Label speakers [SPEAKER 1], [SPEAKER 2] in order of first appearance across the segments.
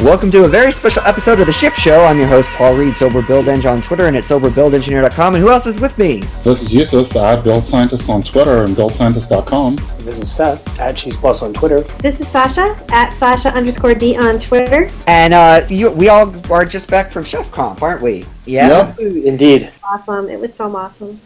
[SPEAKER 1] Welcome to a very special episode of the Ship Show. I'm your host, Paul Reed, Sober Build Eng on Twitter and at soberbuildengineer.com. And who else is with me?
[SPEAKER 2] This is Yusuf, I Build Scientist on Twitter and BuildScientist.com.
[SPEAKER 3] This is Seth at Cheese Plus on Twitter.
[SPEAKER 4] This is Sasha at Sasha underscore D on Twitter.
[SPEAKER 1] And uh, you, we all are just back from Chef Comp, aren't we? Yeah.
[SPEAKER 3] Ooh, Indeed.
[SPEAKER 4] Awesome. It was so awesome.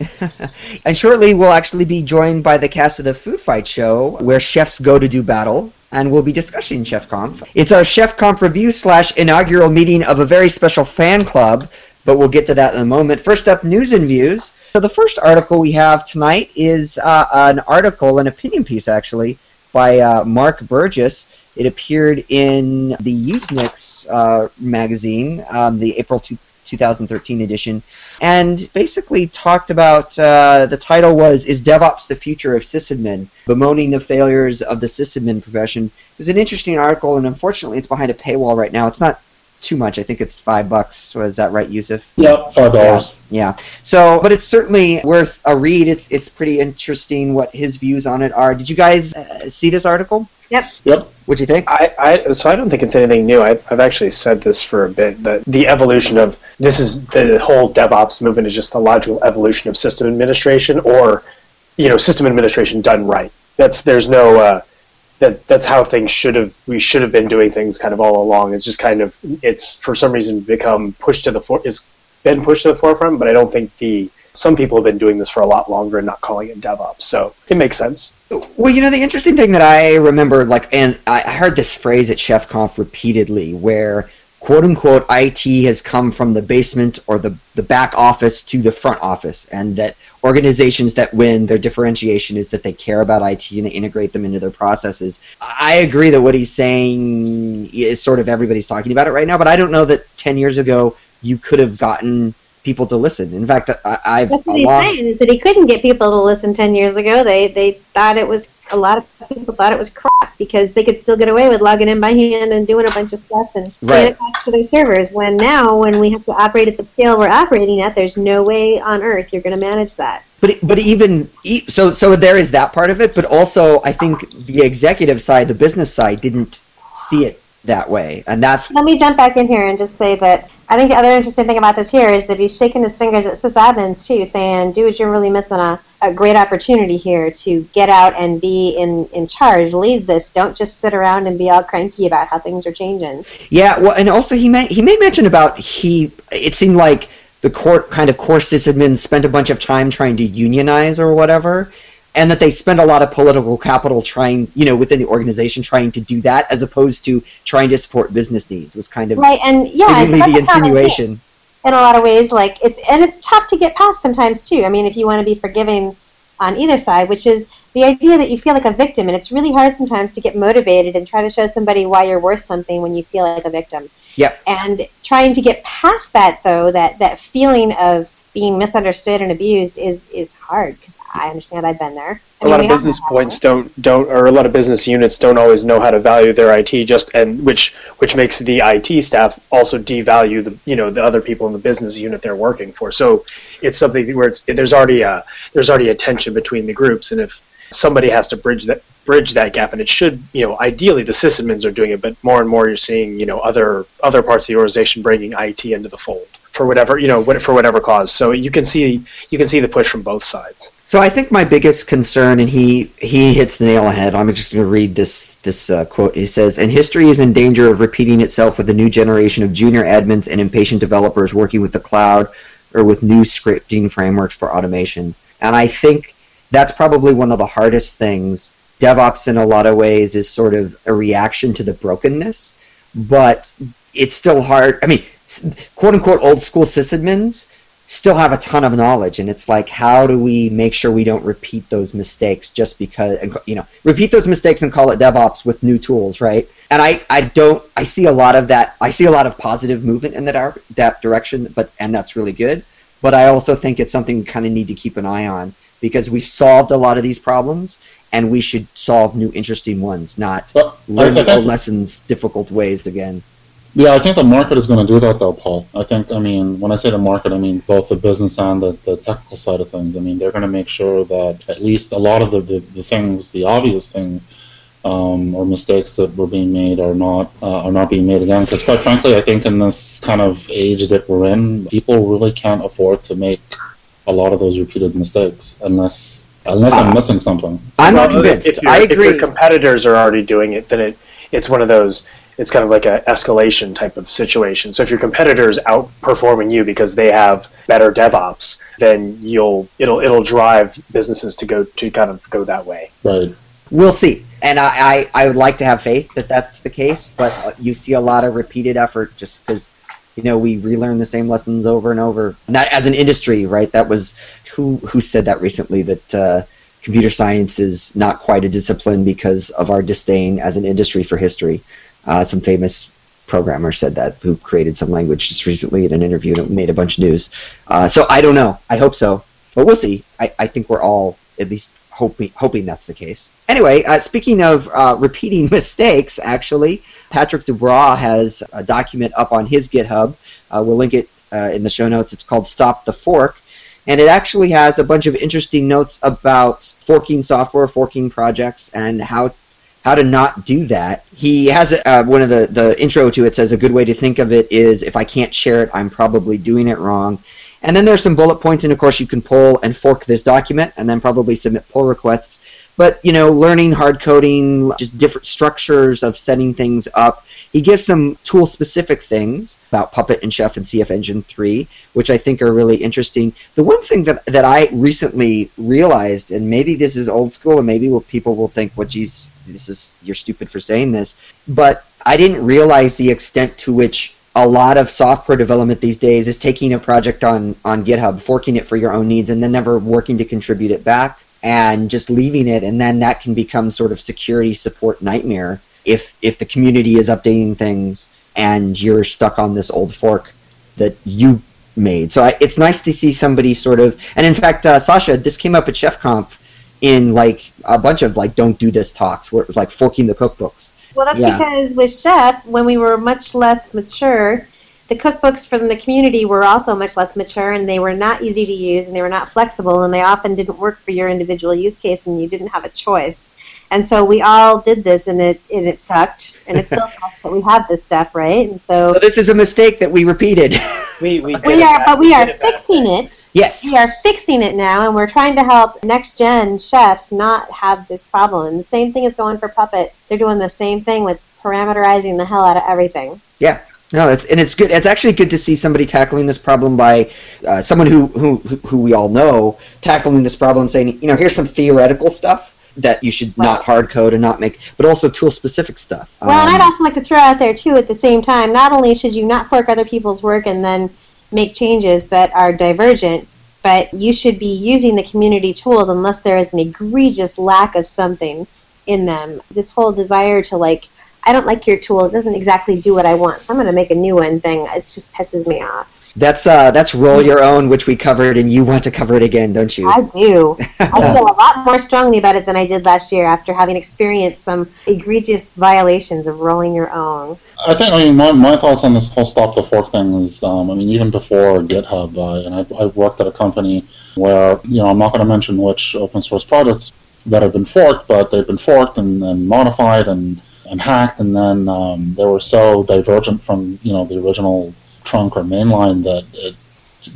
[SPEAKER 1] And shortly, we'll actually be joined by the cast of the Food Fight Show, where chefs go to do battle. And we'll be discussing Chef Conf. It's our Chef Conf review slash inaugural meeting of a very special fan club, but we'll get to that in a moment. First up, news and views. So the first article we have tonight is uh, an article, an opinion piece actually, by uh, Mark Burgess. It appeared in the Usenix uh, magazine, um, the April two- 2013 edition, and basically talked about uh, the title was "Is DevOps the Future of Sysadmin?" bemoaning the failures of the sysadmin profession. It was an interesting article, and unfortunately, it's behind a paywall right now. It's not too much. I think it's five bucks. Was that right, Yusuf?
[SPEAKER 2] Yep, five dollars.
[SPEAKER 1] Yeah. So, but it's certainly worth a read. It's it's pretty interesting what his views on it are. Did you guys uh, see this article?
[SPEAKER 4] Yep.
[SPEAKER 2] Yep.
[SPEAKER 1] What'd you think?
[SPEAKER 3] I, I so I don't think it's anything new. I, I've actually said this for a bit that the evolution of this is the whole DevOps movement is just the logical evolution of system administration, or you know, system administration done right. That's there's no uh, that that's how things should have we should have been doing things kind of all along. It's just kind of it's for some reason become pushed to the fore. It's been pushed to the forefront, but I don't think the some people have been doing this for a lot longer and not calling it DevOps. So it makes sense.
[SPEAKER 1] Well, you know, the interesting thing that I remember, like, and I I heard this phrase at Chef Conf repeatedly, where quote unquote IT has come from the basement or the, the back office to the front office, and that organizations that win their differentiation is that they care about IT and they integrate them into their processes. I I agree that what he's saying is sort of everybody's talking about it right now, but I don't know that 10 years ago you could have gotten people to listen. In fact, I, I've
[SPEAKER 4] That's what
[SPEAKER 1] a
[SPEAKER 4] he's
[SPEAKER 1] lot-
[SPEAKER 4] saying is that he couldn't get people to listen ten years ago. They they thought it was a lot of people thought it was crap because they could still get away with logging in by hand and doing a bunch of stuff and
[SPEAKER 1] Right.
[SPEAKER 4] paying it cost to their servers. When now, when we have to operate at the scale we're operating at, there's no way on earth you're going to manage that.
[SPEAKER 1] But but even e- so so there is that part of it, but also I think the executive side, the business side, didn't see it that way, and that's
[SPEAKER 4] Let me jump back in here and just say that I think the other interesting thing about this here is that he's shaking his fingers at sysadmins too, saying, "Dude, you're really missing a, a great opportunity here to get out and be in in charge, lead this. Don't just sit around and be all cranky about how things are changing."
[SPEAKER 1] yeah. Well, and also he made he made mention about he. It seemed like the court kind of core sysadmins spent a bunch of time trying to unionize or whatever, and that they spend a lot of political capital trying, you know, within the organization trying to do that as opposed to trying to support business needs was kind of
[SPEAKER 4] Right, and yeah, and
[SPEAKER 1] seemingly
[SPEAKER 4] that's a
[SPEAKER 1] the
[SPEAKER 4] common thing.
[SPEAKER 1] insinuation.
[SPEAKER 4] in a lot of ways like it's and it's tough to get past sometimes too i mean if you want to be forgiving on either side which is the idea that you feel like a victim and it's really hard sometimes to get motivated and try to show somebody why you're worth something when you feel like a victim
[SPEAKER 1] Yep.
[SPEAKER 4] and trying to get past that though that that feeling of being misunderstood and abused is is hard because i understand i've been there I
[SPEAKER 3] a
[SPEAKER 4] mean,
[SPEAKER 3] lot
[SPEAKER 4] we
[SPEAKER 3] of
[SPEAKER 4] all
[SPEAKER 3] business
[SPEAKER 4] have that,
[SPEAKER 3] points don't don't or a lot of business units don't always know how to value their IT just and which which makes the IT staff also devalue the you know the other people in the business unit they're working for. So it's something where it's there's already a there's already a tension between the groups and if somebody has to bridge that bridge that gap and it should you know ideally the sysadmins are doing it but more and more you're seeing you know other other parts of the organization bringing IT into the fold for whatever you know what, for whatever cause so you can see you can see the push from both sides
[SPEAKER 1] So I think my biggest concern, and he he hits the nail on the head. I'm just going to read this this uh, quote. He says, "And history is in danger of repeating itself with a new generation of junior admins and impatient developers working with the cloud or with new scripting frameworks for automation." And I think that's probably one of the hardest things. DevOps, in a lot of ways, is sort of a reaction to the brokenness, but it's still hard. I mean, quote unquote, old school sysadmins still have a ton of knowledge and it's like how do we make sure we don't repeat those mistakes just because and, you know repeat those mistakes and call it devops with new tools right and i i don't i see a lot of that i see a lot of positive movement in that ar- that direction but and that's really good but i also think it's something we kind of need to keep an eye on because we solved a lot of these problems and we should solve new interesting ones not
[SPEAKER 2] But I,
[SPEAKER 1] learn
[SPEAKER 2] I
[SPEAKER 1] the old
[SPEAKER 2] think,
[SPEAKER 1] lessons difficult ways again
[SPEAKER 2] yeah, I think the market is going to do that, though, Paul. I think, I mean, when I say the market, I mean both the business and the, the technical side of things. I mean, they're going to make sure that at least a lot of the, the, the things, the obvious things, um, or mistakes that were being made are not uh, are not being made again. Because quite frankly, I think in this kind of age that we're in, people really can't afford to make a lot of those repeated mistakes unless unless I'm missing something.
[SPEAKER 1] I'm not
[SPEAKER 3] Um, Well, if-
[SPEAKER 1] convinced.
[SPEAKER 3] If, your-
[SPEAKER 1] I
[SPEAKER 3] If
[SPEAKER 1] agree.
[SPEAKER 3] your competitors are already doing it, then it it's one of those. It's kind of like a escalation type of situation. So if your competitors outperforming you because they have better DevOps, then you'll it'll it'll drive businesses to go to kind of go that way.
[SPEAKER 2] Right.
[SPEAKER 1] We'll see. And I, I, I would like to have faith that that's the case, but uh, you see a lot of repeated effort just because, you know, we relearn the same lessons over and over. And that as an industry, right? That was who who said that recently that uh, computer science is not quite a discipline because of our disdain as an industry for history. Uh, some famous programmer said that who created some language just recently in an interview and it made a bunch of news. Uh, so I don't know. I hope so but we'll see. I, I think we're all at least hoping hoping that's the case. Anyway, uh, speaking of uh, repeating mistakes, actually, Patrick Dubois has a document up on his GitHub. Uh, we'll link it uh, in the show notes. It's called "Stop the Fork." And it actually has a bunch of interesting notes about forking software, forking projects, and how how to not do that. He has uh, one of the the intro to it says a good way to think of it is if I can't share it, I'm probably doing it wrong. And then there's some bullet points, and of course you can pull and fork this document, and then probably submit pull requests. But you know, learning hard coding, just different structures of setting things up. He gives some tool specific things about Puppet and Chef and CF Engine 3, which I think are really interesting. The one thing that, that I recently realized, and maybe this is old school, and maybe will, people will think, well, geez, this is you're stupid for saying this, but I didn't realize the extent to which a lot of software development these days is taking a project on on GitHub, forking it for your own needs, and then never working to contribute it back and just leaving it, and then that can become sort of security support nightmare if if the community is updating things and you're stuck on this old fork that you made. So I, it's nice to see somebody sort of, and in fact, uh, Sasha, this came up at Chef Conf in like a bunch of like don't do this talks where it was like forking the cookbooks.
[SPEAKER 4] Well, that's
[SPEAKER 1] Yeah.
[SPEAKER 4] because with Chef, when we were much less mature, the cookbooks from the community were also much less mature and they were not easy to use and they were not flexible and they often didn't work for your individual use case and you didn't have a choice. And so we all did this and it and it sucked and it still sucks that we have this stuff, right? And so,
[SPEAKER 1] So this is a mistake that we repeated.
[SPEAKER 3] We we,
[SPEAKER 4] we are but we are fixing it.
[SPEAKER 1] yes.
[SPEAKER 4] We are fixing it now, and we're trying to help next gen chefs not have this problem. And the same thing is going for Puppet. They're doing the same thing with parameterizing the hell out of everything.
[SPEAKER 1] No, it's, and it's good. It's actually good to see somebody tackling this problem by uh, someone who, who who we all know tackling this problem, saying, you know, here's some theoretical stuff that you should not hard code and not make, but also tool specific stuff.
[SPEAKER 4] Well, and I'd
[SPEAKER 1] Um,
[SPEAKER 4] also like to throw out there too. At the same time, not only should you not fork other people's work and then make changes that are divergent, but you should be using the community tools unless there is an egregious lack of something in them. This whole desire to like, I don't like your tool; it doesn't exactly do what I want, so I'm going to make a new one. Thing it just pisses me off.
[SPEAKER 1] that's uh, that's roll your own, which we covered, and you want to cover it again, don't you?
[SPEAKER 4] I do. I feel a lot more strongly about it than I did last year after having experienced some egregious violations of rolling your own.
[SPEAKER 2] I think I mean my, my thoughts on this whole stop the fork thing is um, I mean even before GitHub uh, and I've, I've worked at a company where you know I'm not going to mention which open source projects that have been forked but they've been forked and, and modified and, and hacked and then um, they were so divergent from you know the original trunk or mainline that it,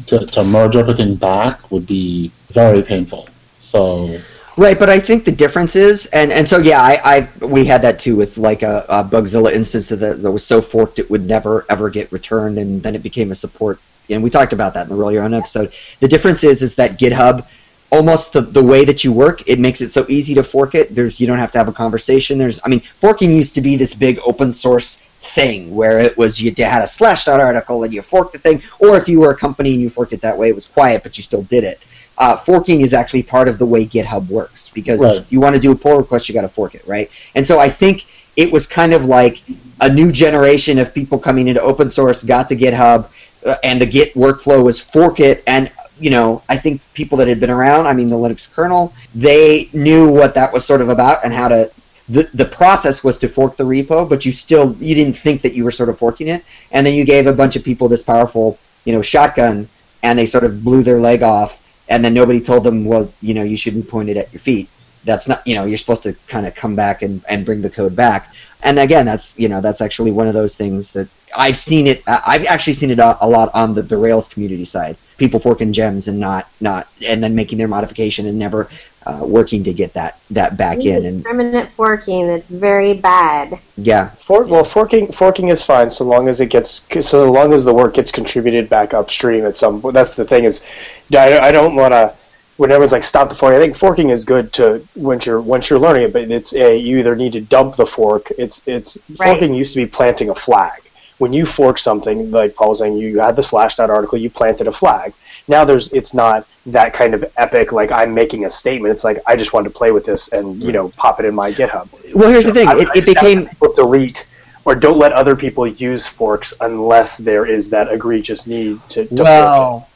[SPEAKER 2] to, to merge everything back would be very painful so
[SPEAKER 1] Right, but I think the difference is, and, and so yeah, I, I we had that too with like a, a Bugzilla instance that, that was so forked it would never ever get returned, and then it became a support. And we talked about that in the Roll Your Own episode. The difference is is that GitHub, almost the, the way that you work, it makes it so easy to fork it. There's you don't have to have a conversation. There's I mean, forking used to be this big open source thing where it was you had a slash dot article and you forked the thing, or if you were a company and you forked it that way, it was quiet, but you still did it uh, forking is actually part of the way GitHub works because
[SPEAKER 2] Right.
[SPEAKER 1] you want to do a pull request, you got to fork it, right? And so I think it was kind of like a new generation of people coming into open source got to GitHub, uh, and the Git workflow was fork it. And you know, I think people that had been around, I mean, the Linux kernel, they knew what that was sort of about and how to. The, the process was to fork the repo, but you still you didn't think that you were sort of forking it, and then you gave a bunch of people this powerful you know shotgun, and they sort of blew their leg off, and then nobody told them, well, you know, you shouldn't point it at your feet. that's not you know you're supposed to kind of come back and, and bring the code back and again that's you know that's actually one of those things that i've seen it I- i've actually seen it a, a lot on the, the rails community side people forking gems and not not and then making their modification and never uh, working to get that that back in and
[SPEAKER 4] Discriminant forking that's very bad.
[SPEAKER 1] yeah
[SPEAKER 3] For, well, forking forking is fine so long as it gets so long as the work gets contributed back upstream at some. That's the thing is, I, I don't want to. When everyone's like, stop the fork. I think forking is good to once you're once you're learning it, but it's a you either need to dump the fork. It's it's
[SPEAKER 4] Right.
[SPEAKER 3] forking used to be planting a flag. When you fork something, like Paul was saying, you, you had the slash dot article, you planted a flag. Now there's it's not that kind of epic like I'm making a statement. It's like I just wanted to play with this and you know pop it in my GitHub.
[SPEAKER 1] well here's the thing
[SPEAKER 3] I-
[SPEAKER 1] it,
[SPEAKER 3] I
[SPEAKER 1] it
[SPEAKER 3] think that's
[SPEAKER 1] became
[SPEAKER 3] how people delete or don't let other people use forks unless there is that egregious need to, to fork
[SPEAKER 1] well
[SPEAKER 3] it. It's-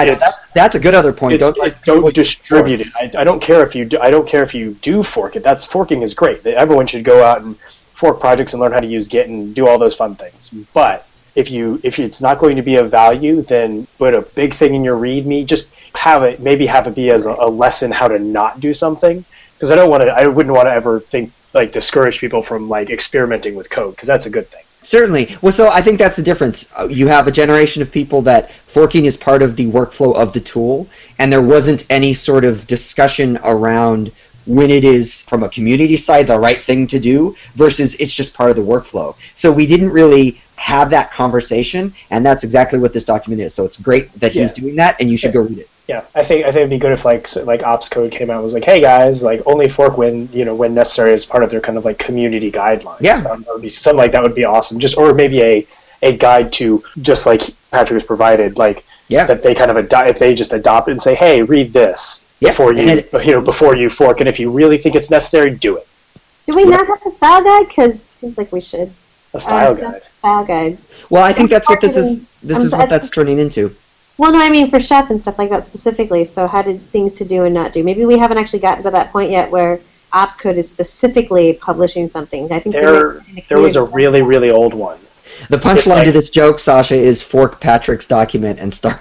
[SPEAKER 1] yeah no,
[SPEAKER 3] it's-
[SPEAKER 1] that's that's a good other point
[SPEAKER 3] it's-
[SPEAKER 1] don't let
[SPEAKER 3] it's- don't
[SPEAKER 1] people use
[SPEAKER 3] distribute it.
[SPEAKER 1] forks.
[SPEAKER 3] I, I don't care if you do, I don't care if you do fork it. That's forking is great. That Everyone should go out and fork projects and learn how to use Git and do all those fun things. But if you if it's not going to be of value, then put a big thing in your README. Just have it maybe have it be as a, a lesson how to not do something because I don't want to. I wouldn't want to ever think like discourage people from like experimenting with code because that's a good thing.
[SPEAKER 1] Certainly. Well, so I think that's the difference. Uh, You have a generation of people that forking is part of the workflow of the tool, and there wasn't any sort of discussion around when it is from a community side the right thing to do versus it's just part of the workflow. So we didn't really have that conversation, and that's exactly what this document is. So it's great that he's doing that, and you should go read it.
[SPEAKER 3] Yeah, I think I think it'd be good if like s- like ops code came out and was like, hey guys, like only fork when you know when necessary as part of their kind of like community guidelines.
[SPEAKER 1] Yeah.
[SPEAKER 3] um, that would be something like that would be awesome. Just or maybe a a guide to just like Patrick has provided, like
[SPEAKER 1] Yeah.
[SPEAKER 3] that they kind of adopt if they just adopt it and say, hey, read this
[SPEAKER 1] Yeah,
[SPEAKER 3] before
[SPEAKER 1] and
[SPEAKER 3] you you know before you fork, and if you really think it's necessary, do it.
[SPEAKER 4] Do we not have a style guide? Because it seems like we should.
[SPEAKER 3] A style
[SPEAKER 4] Uh,
[SPEAKER 3] guide.
[SPEAKER 4] Style guide.
[SPEAKER 1] Well, I think that's what this is.
[SPEAKER 4] Marketing.
[SPEAKER 1] This
[SPEAKER 4] I'm
[SPEAKER 1] is what
[SPEAKER 4] sorry.
[SPEAKER 1] that's turning into.
[SPEAKER 4] Well, no, I mean for chef and stuff like that specifically. So, how did things to do and not do? Maybe we haven't actually gotten to that point yet where ops code is specifically publishing something. I think they
[SPEAKER 3] There-
[SPEAKER 4] might be in the
[SPEAKER 3] There was a
[SPEAKER 4] community.
[SPEAKER 3] really really old one.
[SPEAKER 1] The punchline
[SPEAKER 3] like-
[SPEAKER 1] to this joke, Sasha, is fork Patrick's document and start.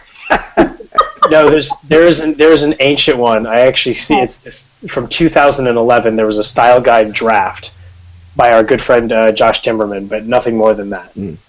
[SPEAKER 3] no, there's there is an there's an ancient one. I actually see it's this, from 2011. There was a style guide draft by our good friend uh, Josh Timberman, but nothing more than that.
[SPEAKER 1] and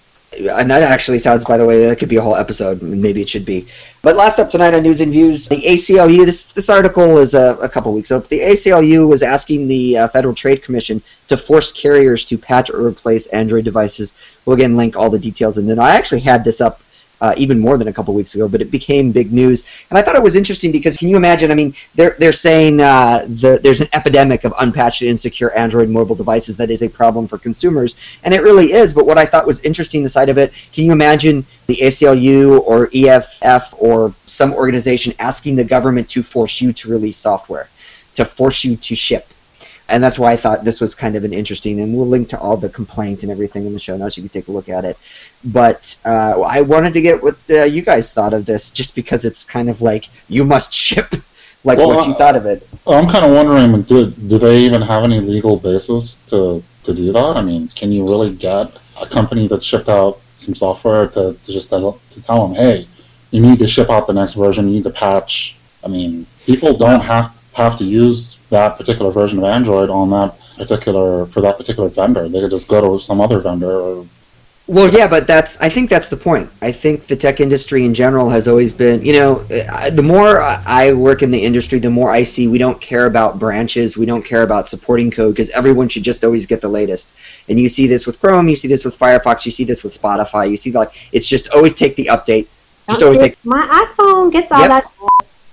[SPEAKER 1] that actually sounds by the way that could be a whole episode and maybe it should be but last up tonight on news and views the aclu this this article is a, a couple weeks old the aclu was asking the uh, federal trade commission to force carriers to patch or replace android devices we'll again link all the details and then i actually had this up uh, even more than a couple weeks ago, but it became big news, and I thought it was interesting because can you imagine? I mean, they're they're saying uh, the, there's an epidemic of unpatched and insecure Android mobile devices that is a problem for consumers, and it really is. But what I thought was interesting, the side of it, can you imagine the ACLU or EFF or some organization asking the government to force you to release software, to force you to ship? And that's why I thought this was kind of an interesting, and we'll link to all the complaint and everything in the show notes. You can take a look at it. But uh, I wanted to get what uh, you guys thought of this, just because it's kind of like you must ship, like
[SPEAKER 2] Well,
[SPEAKER 1] what you
[SPEAKER 2] uh,
[SPEAKER 1] thought of it.
[SPEAKER 2] I'm kind of wondering, do, do they even have any legal basis to, to do that? I mean, can you really get a company that shipped out some software to, to just tell, to tell them, hey, you need to ship out the next version, you need to patch? I mean, people don't have, have to use that particular version of Android on that particular for that particular vendor. They could just go to some other vendor or
[SPEAKER 1] Well, yeah, but that's I think that's the point. I think the tech industry in general has always been, you know, I, the more I I work in the industry, the more I see we don't care about branches, we don't care about supporting code because everyone should just always get the latest. And you see this with Chrome, you see this with Firefox, you see this with Spotify, you see like it's just always take the update. Just
[SPEAKER 4] Don't
[SPEAKER 1] always
[SPEAKER 4] do
[SPEAKER 1] take
[SPEAKER 4] it. My iPhone gets all
[SPEAKER 1] Yep.
[SPEAKER 4] that.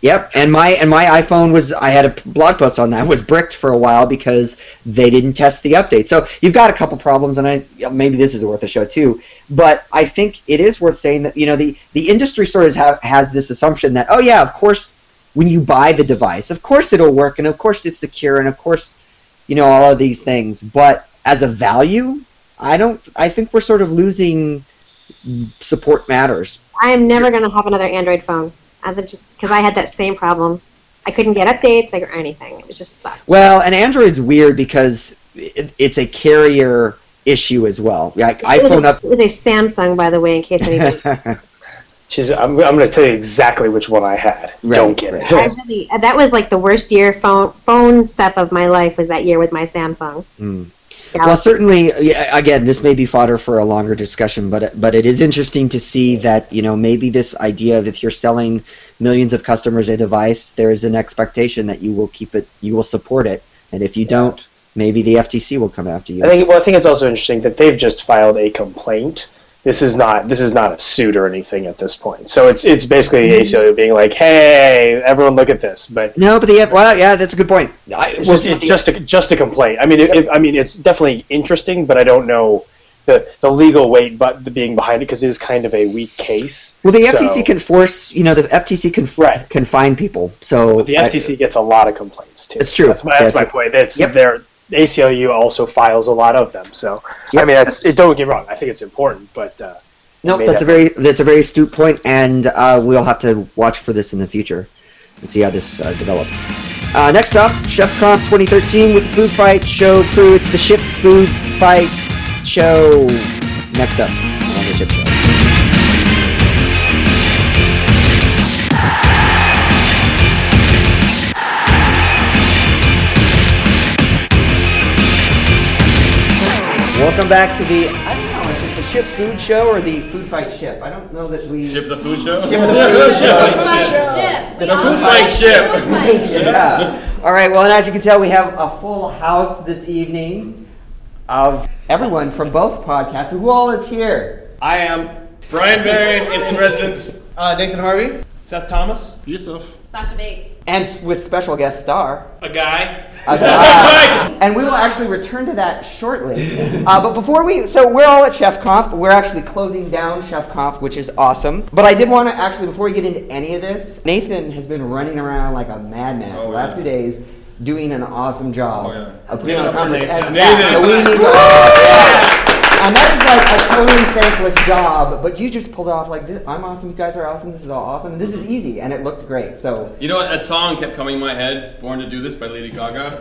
[SPEAKER 1] Yep, and my and my iPhone was I had a blog post on that was bricked for a while because they didn't test the update. So you've got a couple problems, and I yeah, maybe this is worth a show too. But I think it is worth saying that you know the the industry sort of ha- has this assumption that oh yeah, of course when you buy the device, of course it'll work, and of course it's secure, and of course you know all of these things. But as a value, I don't. I think we're sort of losing support matters.
[SPEAKER 4] I am never going to have another Android phone. Other just because I had that same problem. I couldn't get updates like, or anything. It was just sucked.
[SPEAKER 1] Well, and Android's weird because it, it's a carrier issue as well. Like
[SPEAKER 4] It was
[SPEAKER 1] iPhone
[SPEAKER 4] a- It was a Samsung, by the way, in case anybody.
[SPEAKER 1] up.
[SPEAKER 3] She's. I'm, I'm going to tell you exactly which one I had.
[SPEAKER 1] Right,
[SPEAKER 3] Don't get
[SPEAKER 1] right.
[SPEAKER 3] it.
[SPEAKER 4] I really uh, that was like the worst year phone phone step of my life was that year with my Samsung.
[SPEAKER 1] Hmm.
[SPEAKER 4] Yeah.
[SPEAKER 1] Well, certainly, yeah, again, this may be fodder for a longer discussion, but but it is interesting to see that you know maybe this idea of if you're selling millions of customers a device, there is an expectation that you will keep it, you will support it, and if you don't, maybe the FTC will come after you.
[SPEAKER 3] I think. Well, I think it's also interesting that they've just filed a complaint. This is not. This is not a suit or anything at this point. So it's it's basically ACLU being like, hey, everyone, look at this. But
[SPEAKER 1] no, but the F- well, yeah, that's a good point. I,
[SPEAKER 3] it's
[SPEAKER 1] well,
[SPEAKER 3] just it's just a just a complaint. I mean, it, it- I mean, it's definitely interesting, but I don't know the the legal weight, but the being behind it because it is kind of a weak case.
[SPEAKER 1] well, the
[SPEAKER 3] So-
[SPEAKER 1] FTC can force you know the FTC can f-
[SPEAKER 3] Right.
[SPEAKER 1] can fine people. So
[SPEAKER 3] But the
[SPEAKER 1] I-
[SPEAKER 3] FTC gets a lot of complaints too.
[SPEAKER 1] It's true.
[SPEAKER 3] That's my, that's
[SPEAKER 1] Yeah,
[SPEAKER 3] my
[SPEAKER 1] it's-
[SPEAKER 3] point. That's
[SPEAKER 1] Yep.
[SPEAKER 3] their ACLU also files a lot of them. So I
[SPEAKER 1] Yep.
[SPEAKER 3] mean, that's it. Don't get me wrong. I think it's important, but uh,
[SPEAKER 1] no,
[SPEAKER 3] made
[SPEAKER 1] that's a
[SPEAKER 3] that-
[SPEAKER 1] very that's a very astute point, and uh, we'll have to watch for this in the future and see how this uh, develops. Uh, next up, Chef Conf 2013 with the food fight show crew. It's the ship food fight show. Next up on the ship show. Welcome back to the I don't know is it the ship food show or the food fight ship? I don't know that we
[SPEAKER 5] Ship the food show?
[SPEAKER 1] Ship the food show.
[SPEAKER 6] ship.
[SPEAKER 5] The food fight ship.
[SPEAKER 1] yeah. All right. Well, and as you can tell, we have a full house this evening of everyone from both podcasts. Who all is here?
[SPEAKER 7] I am
[SPEAKER 5] Brian Barron in, in residence.
[SPEAKER 7] uh, Nathan Harvey, Seth Thomas,
[SPEAKER 5] Yusuf.
[SPEAKER 6] Sasha Bates.
[SPEAKER 1] And s- with special guest star.
[SPEAKER 7] a guy.
[SPEAKER 1] a guy. and we will actually return to that shortly. Uh, but before we, so we're all at Chef Conf. We're actually closing down Chef Conf, which is awesome. But I did want to actually, before we get into any of this, Nathan has been running around like a madman for
[SPEAKER 5] Oh,
[SPEAKER 1] the last
[SPEAKER 5] yeah.
[SPEAKER 1] few days, doing an awesome job
[SPEAKER 5] Oh, yeah.
[SPEAKER 1] of putting
[SPEAKER 7] Give it
[SPEAKER 1] on a
[SPEAKER 7] up for
[SPEAKER 1] conference.
[SPEAKER 7] Nathan.
[SPEAKER 1] And- yeah,
[SPEAKER 5] Nathan.
[SPEAKER 1] so we need to. Yeah. And that is like a totally thankless job, but you just pulled it off like this. I'm awesome, you guys are awesome, this is all awesome, and this is easy, and it looked great. So
[SPEAKER 5] You know what? That song kept coming in my head, "Born to Do This" by Lady Gaga.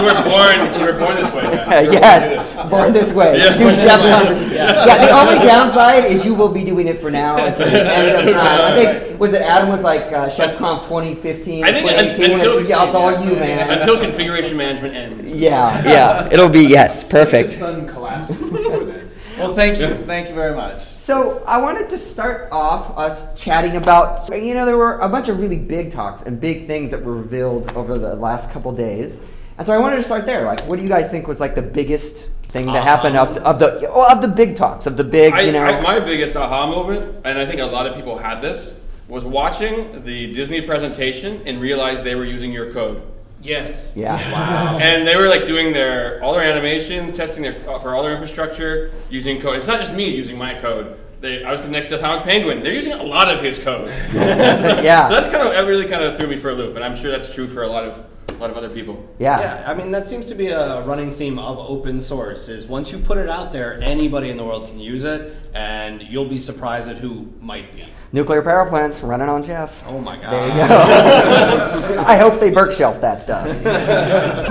[SPEAKER 5] you, were, you, were, you were born. You were born this way.
[SPEAKER 1] Uh,
[SPEAKER 5] Man. You were born to
[SPEAKER 1] yes, born this way.
[SPEAKER 5] Yeah.
[SPEAKER 1] Do chef conferences. Yeah. the only downside is you will be doing it for now until the end of time. I think was it Adam was like uh, Chef Conf 2015,
[SPEAKER 5] I think un-
[SPEAKER 1] 2018.
[SPEAKER 5] until-
[SPEAKER 1] it's, yeah, it's all you,
[SPEAKER 5] do
[SPEAKER 1] man.
[SPEAKER 5] this. Until configuration management ends.
[SPEAKER 1] yeah, Uh, yeah, it'll be yes,
[SPEAKER 7] The sun collapses before then. Well, thank you, thank you very much.
[SPEAKER 1] So I wanted to start off us chatting about you know there were a bunch of really big talks and big things that were revealed over the last couple days, and so I wanted to start there. Like, what do you guys think was like the biggest thing that happened of the, of the oh, of the big talks of the big
[SPEAKER 5] Uh-huh. I,
[SPEAKER 1] you know?
[SPEAKER 5] I, my biggest aha moment, and I think a lot of people had this, was watching the Disney presentation and realized they were using your code.
[SPEAKER 7] Yes.
[SPEAKER 1] yeah.
[SPEAKER 5] And they were like doing their all their animations, testing their uh, for all their infrastructure using code. It's not just me using my code. They, I was the next to Atomic Penguin. They're using a lot of his code.
[SPEAKER 1] Yeah.
[SPEAKER 5] So that's kind of that really kind of threw me for a loop, and I'm sure that's true for a lot of a lot of other people.
[SPEAKER 1] Yeah.
[SPEAKER 8] Yeah, I mean that seems to be a running theme of open source is once you put it out there, anybody in the world can use it, and you'll be surprised at who might be.
[SPEAKER 1] Nuclear power plants running on Jeff.
[SPEAKER 8] Oh my god!
[SPEAKER 1] There you go. I hope they Burke shelf that stuff.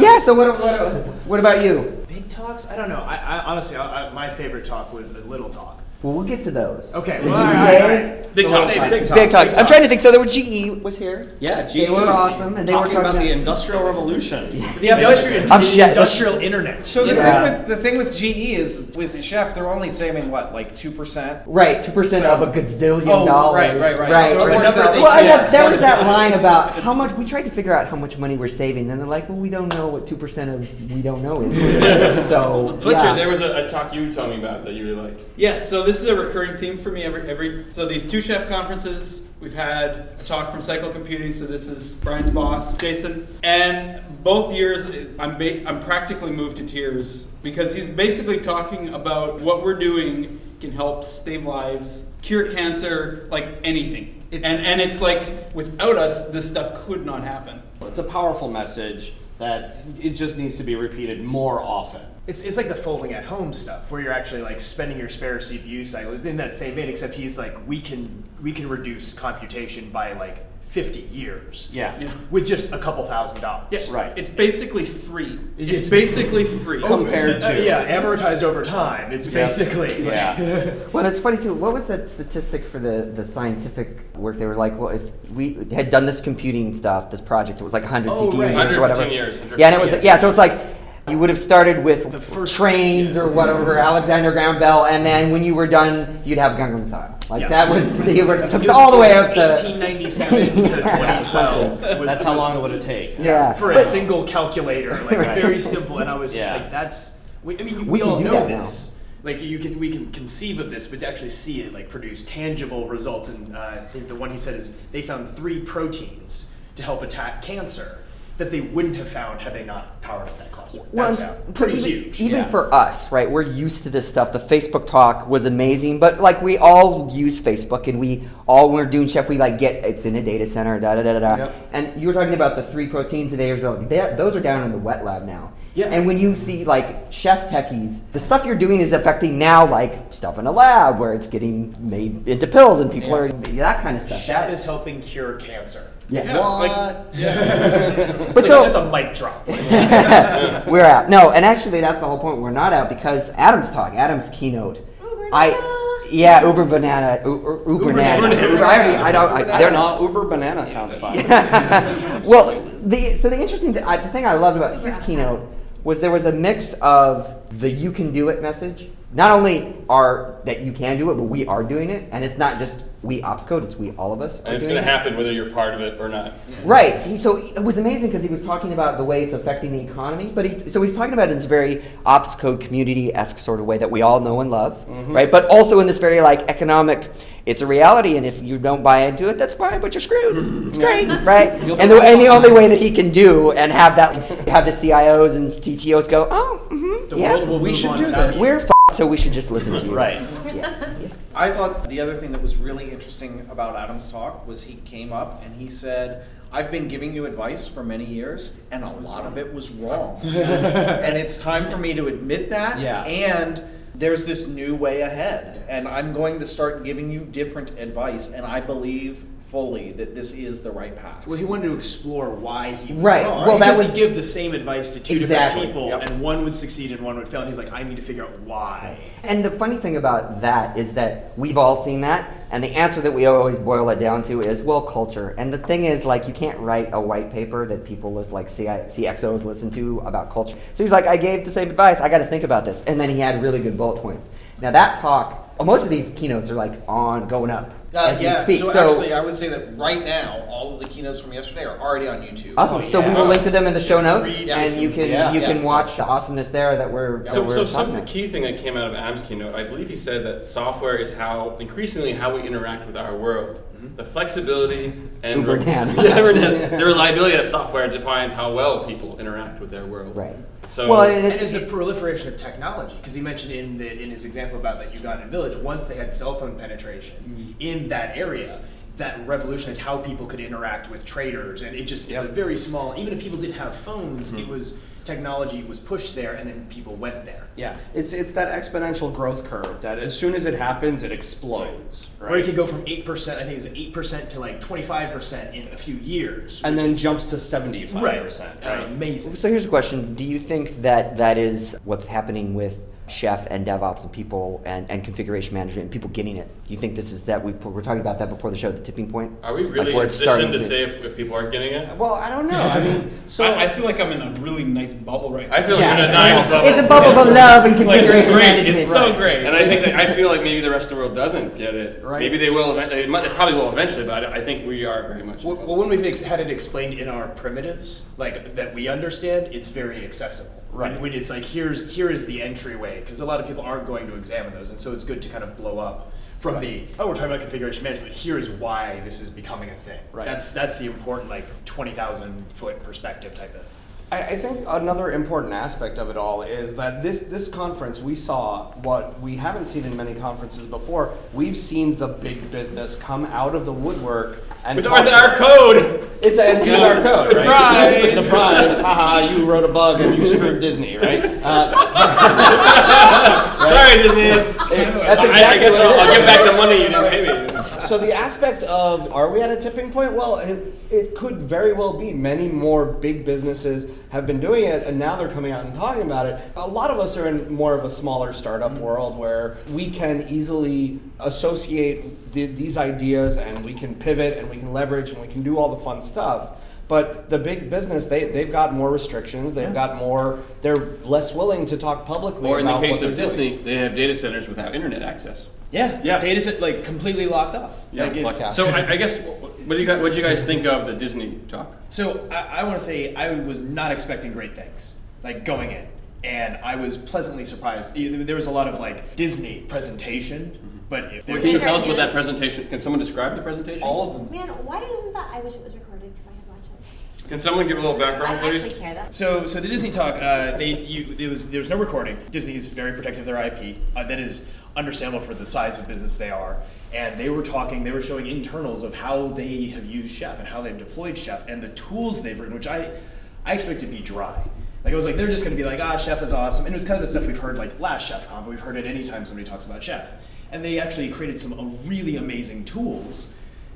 [SPEAKER 1] yeah, so what, what, what about you?
[SPEAKER 7] Big talks? I don't know. I, I honestly, I, I, my favorite talk was a little talk.
[SPEAKER 1] Well, we'll get to those.
[SPEAKER 7] Okay.
[SPEAKER 1] So
[SPEAKER 7] well,
[SPEAKER 1] you
[SPEAKER 7] all right, all
[SPEAKER 1] save.
[SPEAKER 7] right.
[SPEAKER 5] Big
[SPEAKER 8] Well,
[SPEAKER 5] talk.
[SPEAKER 8] say big
[SPEAKER 1] Big talks. I'm trying to think. So there were GE was here.
[SPEAKER 8] Yeah, GE.
[SPEAKER 1] They were awesome, and they were
[SPEAKER 8] talking
[SPEAKER 1] talking
[SPEAKER 8] about the
[SPEAKER 1] about-
[SPEAKER 8] industrial revolution.
[SPEAKER 7] The industrial,
[SPEAKER 1] I'm
[SPEAKER 7] the
[SPEAKER 1] shit.
[SPEAKER 7] industrial internet.
[SPEAKER 9] So the
[SPEAKER 1] Yeah.
[SPEAKER 9] thing with the thing with GE is with Chef, they're only saving what, like two percent.
[SPEAKER 1] Right, two percent
[SPEAKER 9] So-
[SPEAKER 1] of a gazillion
[SPEAKER 9] Oh,
[SPEAKER 1] dollars.
[SPEAKER 9] right, right, right. So it
[SPEAKER 1] right.
[SPEAKER 9] works out-
[SPEAKER 1] Well, and
[SPEAKER 9] yeah.
[SPEAKER 1] that, there was that line about how much we tried to figure out how much money we're saving, and they're like, "Well, we don't know what two percent of we don't know is." so
[SPEAKER 5] Fletcher,
[SPEAKER 1] yeah.
[SPEAKER 5] there was a, a talk you were telling me about that you really liked.
[SPEAKER 10] Yes, so this is a recurring theme for me every every. So these two chef conferences, we've had a talk from Cycle Computing. So this is Brian's boss, Jason, and both years I'm ba- I'm practically moved to tears because he's basically talking about what we're doing can help save lives, cure cancer, like anything.
[SPEAKER 9] It's-
[SPEAKER 10] and and it's like without us, this stuff could not happen.
[SPEAKER 8] It's a powerful message that it just needs to be repeated more often.
[SPEAKER 7] It's, it's like the folding at home stuff where you're actually like spending your spare CPU cycle. It's in that same vein, except he's like, we can we can reduce computation by like
[SPEAKER 11] 50 years.
[SPEAKER 9] Yeah. Yeah.
[SPEAKER 11] With just a couple thousand dollars.
[SPEAKER 10] Yeah, right. It's basically free.
[SPEAKER 11] It
[SPEAKER 10] It's,
[SPEAKER 11] is-
[SPEAKER 10] basically free
[SPEAKER 11] Compared
[SPEAKER 7] Oh,
[SPEAKER 11] to- Uh, yeah, amortized over time. It's basically like-
[SPEAKER 1] well, it's funny too. What was that statistic for the, the scientific work? They were like, well, if we had done this computing stuff, this project, it was like 100
[SPEAKER 11] Oh,
[SPEAKER 1] CPU
[SPEAKER 11] right.
[SPEAKER 1] years or whatever.
[SPEAKER 11] 115 years, 115
[SPEAKER 1] yeah, and it was
[SPEAKER 11] years.
[SPEAKER 1] yeah. So it's like you would have started with trains or whatever, Alexander Graham Bell, and then when you were done, you'd have Gangnam Style. Like
[SPEAKER 11] Yeah.
[SPEAKER 1] that was you were, it took us
[SPEAKER 11] It was-
[SPEAKER 1] all the way
[SPEAKER 11] it was
[SPEAKER 1] up to
[SPEAKER 11] 1897 to
[SPEAKER 1] Yeah,
[SPEAKER 11] 2012.
[SPEAKER 1] something.
[SPEAKER 11] was- was-
[SPEAKER 1] Yeah,
[SPEAKER 11] For a
[SPEAKER 1] But-
[SPEAKER 11] single calculator, like
[SPEAKER 1] Right.
[SPEAKER 11] very simple. And I was just
[SPEAKER 1] Yeah.
[SPEAKER 11] like, that's. We, I mean, you,
[SPEAKER 1] We
[SPEAKER 11] we,
[SPEAKER 1] can
[SPEAKER 11] all
[SPEAKER 1] do
[SPEAKER 11] know
[SPEAKER 1] that now.
[SPEAKER 11] this. Like you can, we can conceive of this, but to actually see it, like produce tangible results. And uh, I think the one he said is they found three proteins to help attack cancer that they wouldn't have found had they not powered up that cluster.
[SPEAKER 1] Well,
[SPEAKER 11] That's
[SPEAKER 1] it's- but
[SPEAKER 11] pretty
[SPEAKER 1] even,
[SPEAKER 11] huge.
[SPEAKER 1] even
[SPEAKER 11] yeah.
[SPEAKER 1] for us, right? We're used to this stuff. The Facebook talk was amazing, but like we all use Facebook, and we all when we're doing chef, we like get it's in a data center, da da da da da.
[SPEAKER 11] Yep.
[SPEAKER 1] And you were talking about the three proteins a day or something. They- Those are down in the wet lab now.
[SPEAKER 11] Yeah.
[SPEAKER 1] And when you see like chef techies, the stuff you're doing is affecting now like stuff in a lab where it's getting made into pills and people are that kind of stuff.
[SPEAKER 11] Chef is helping cure cancer.
[SPEAKER 1] Yeah.
[SPEAKER 11] Like,
[SPEAKER 1] But
[SPEAKER 11] It's
[SPEAKER 1] so-
[SPEAKER 11] like- that's a mic drop.
[SPEAKER 1] we're out. No, and actually, that's the whole point. We're not out because Adam's talk, Adam's keynote. I yeah, Uber banana, U- U- Uber banana. Uber- I, already- I don't. I,
[SPEAKER 12] they're
[SPEAKER 1] they're
[SPEAKER 12] not Uber banana sounds fun.
[SPEAKER 1] well, the so the interesting th- I, the thing I loved about his keynote was there was a mix of the "you can do it" message. Not only are that you can do it, but we are doing it, and it's not just we Opscode; it's we all of us. are
[SPEAKER 5] And it's
[SPEAKER 1] doing
[SPEAKER 5] going to
[SPEAKER 1] it.
[SPEAKER 5] happen whether you're part of it or not.
[SPEAKER 1] Right. He, so it was amazing because he was talking about the way it's affecting the economy, but he, so he's talking about it in this very ops code community esque sort of way that we all know and love,
[SPEAKER 9] Mm-hmm.
[SPEAKER 12] Mhm.
[SPEAKER 1] right? But also in this very like economic, it's a reality, and if you don't buy into it, that's fine, but you're screwed. It's great, right?
[SPEAKER 12] You'll
[SPEAKER 1] And
[SPEAKER 12] be
[SPEAKER 1] the, and the only way that he can do and have that have the CIOs and CTOs go, oh, mhm,
[SPEAKER 9] The
[SPEAKER 1] yeah,
[SPEAKER 9] world will We move should on do without this. you."
[SPEAKER 1] We're f- so we should just listen to you,
[SPEAKER 9] Right.
[SPEAKER 1] Yeah.
[SPEAKER 9] I thought the other thing that was really interesting about Adam's talk was he came up and he said, I've been giving you advice for many years, and a lot of it was wrong. and it's time for me to admit that.
[SPEAKER 12] Yeah.
[SPEAKER 9] And there's this new way ahead. And I'm going to start giving you different advice. And I believe fully that this is the right path.
[SPEAKER 11] Well, he wanted to explore why he was
[SPEAKER 1] Right.
[SPEAKER 11] wrong.
[SPEAKER 1] Well, that
[SPEAKER 11] Because
[SPEAKER 1] was-
[SPEAKER 11] he give the same advice to two
[SPEAKER 1] Exactly.
[SPEAKER 11] different people, and one would succeed and one would fail. And he's like, I need to figure out why.
[SPEAKER 1] And the funny thing about that is that we've all seen that, and the answer that we always boil it down to is well, culture. And the thing is, like, you can't write a white paper that people list, like CI, CXOs listen to about culture. So he's like, I gave the same advice. I got to think about this. And then he had really good bullet points. Now that talk, well, most of these keynotes are like on going up
[SPEAKER 9] Uh,
[SPEAKER 1] as
[SPEAKER 9] yeah,
[SPEAKER 1] we speak.
[SPEAKER 9] so, actually, I would say that right now, all of the keynotes from yesterday are already on YouTube.
[SPEAKER 1] Awesome. so we will link to them in the show notes,
[SPEAKER 9] Yes.
[SPEAKER 1] and you can
[SPEAKER 9] Yeah.
[SPEAKER 1] you can
[SPEAKER 9] Yeah.
[SPEAKER 1] watch the awesomeness there that we're that
[SPEAKER 5] So,
[SPEAKER 1] we're
[SPEAKER 5] so
[SPEAKER 1] talking
[SPEAKER 5] some of
[SPEAKER 1] about.
[SPEAKER 5] the key thing that came out of Adam's keynote, I believe he said that software is how increasingly how we interact with our world. The flexibility and
[SPEAKER 1] Uber Nan.
[SPEAKER 5] Yeah, Uber Nan. the reliability that software defines how well people interact with their world.
[SPEAKER 1] Right.
[SPEAKER 5] So
[SPEAKER 11] and it's, the proliferation of technology because he mentioned in the, in his example about that Ugandan village once they had cell phone
[SPEAKER 12] Mm-hmm.
[SPEAKER 11] penetration in that area that revolutionized how people could interact with traders and it just it's a very small even if people didn't have phones
[SPEAKER 12] Mm-hmm.
[SPEAKER 11] it was technology was pushed there and then people went there
[SPEAKER 12] Yeah, it's it's that exponential growth curve that as soon as it happens, it explodes, right?
[SPEAKER 11] Or it could go from eight percent, I think it was eight percent to like twenty five percent in a few years.
[SPEAKER 12] and
[SPEAKER 11] which-
[SPEAKER 12] then jumps to seventy five percent.
[SPEAKER 11] Right. Uh, Amazing.
[SPEAKER 1] So here's a question: Do you think that that is what's happening with Chef and DevOps and people and, and configuration management and people getting it? Do you think this is that we we were talking about that before the show, the tipping point?
[SPEAKER 5] are we
[SPEAKER 1] Like
[SPEAKER 5] really
[SPEAKER 1] where
[SPEAKER 5] in
[SPEAKER 1] it's starting
[SPEAKER 5] position to say if, if people aren't getting it?
[SPEAKER 1] Well, I don't know. I mean,
[SPEAKER 10] so I, I feel like I'm in a really nice bubble right now.
[SPEAKER 5] I feel like you're in a nice bubble.
[SPEAKER 1] It's a bubble of love and
[SPEAKER 5] Like,
[SPEAKER 1] configuration
[SPEAKER 5] great.
[SPEAKER 1] management.
[SPEAKER 5] It's so great. And I think that, I feel like maybe the rest of the world doesn't get it. Right. Maybe they will. event- They, might, they probably will eventually, but I think we are very much.
[SPEAKER 11] Well, well, when we've ex- had it explained in our primitives, like that we understand, it's very accessible. Right. When, when it's like here's here is the entryway, because a lot of people aren't going to examine those, and so it's good to kind of blow up from the oh we're talking about configuration management. Here is why this is becoming a thing. Right. That's that's the important like twenty thousand foot perspective type of.
[SPEAKER 12] I, I think another important aspect of it all is that this, this conference, we saw what we haven't seen in many conferences before. We've seen the big business come out of the woodwork and
[SPEAKER 11] With
[SPEAKER 12] talk
[SPEAKER 11] our-
[SPEAKER 12] to-
[SPEAKER 11] our code!
[SPEAKER 12] It's a, and use
[SPEAKER 11] Yeah.
[SPEAKER 12] our code.
[SPEAKER 11] Surprise!
[SPEAKER 12] Right? Surprise! Haha! You wrote a bug and you screwed Disney, right? Uh,
[SPEAKER 5] Sorry, Disney.
[SPEAKER 12] That's
[SPEAKER 5] I-
[SPEAKER 12] exactly
[SPEAKER 5] I guess
[SPEAKER 12] what it
[SPEAKER 5] I'll, I'll
[SPEAKER 12] is.
[SPEAKER 5] get back the money you didn't pay me.
[SPEAKER 12] so the aspect of are we at a tipping point? Well, it, it could very well be. Many more big businesses have been doing it, and now they're coming out and talking about it. A lot of us are in more of a smaller startup world where we can easily associate the, these ideas, and we can pivot, and we can leverage, and we can do all the fun stuff. But the big business, they, they've got more restrictions. They've got more. They're less willing to talk publicly.
[SPEAKER 5] Or in the
[SPEAKER 12] about
[SPEAKER 5] case
[SPEAKER 12] what
[SPEAKER 5] of
[SPEAKER 12] they're doing.
[SPEAKER 5] Disney, they have data centers without internet access.
[SPEAKER 11] Yeah, yeah. Data set like completely locked off.
[SPEAKER 5] Yeah,
[SPEAKER 11] Like, it's-
[SPEAKER 5] like- so I, I guess what do you guys, what do you guys think of the Disney talk?
[SPEAKER 11] So I, I want to say I was not expecting great things, like going in, and I was pleasantly surprised. E- There was a lot of like Disney presentation, but it,
[SPEAKER 5] Mm-hmm. Well, can you tell us what that presentation? Can someone describe the presentation? All
[SPEAKER 11] of
[SPEAKER 6] Man, why isn't that? I wish it was recorded because I have my chance.
[SPEAKER 5] Can someone give a little background,
[SPEAKER 6] I actually
[SPEAKER 5] please?
[SPEAKER 6] care though.
[SPEAKER 11] So, so the Disney talk, uh, they you, there was there was no recording. Disney is very protective of their IP. Uh, that is understandable for the size of business they are. And they were talking, they were showing internals of how they have used Chef and how they've deployed Chef and the tools they've written, which I I expect to be dry. Like I was like, they're just going to be like, ah, Chef is awesome. And it was kind of the stuff we've heard like last Chef Con, but we've heard it anytime somebody talks about Chef. And they actually created some uh, really amazing tools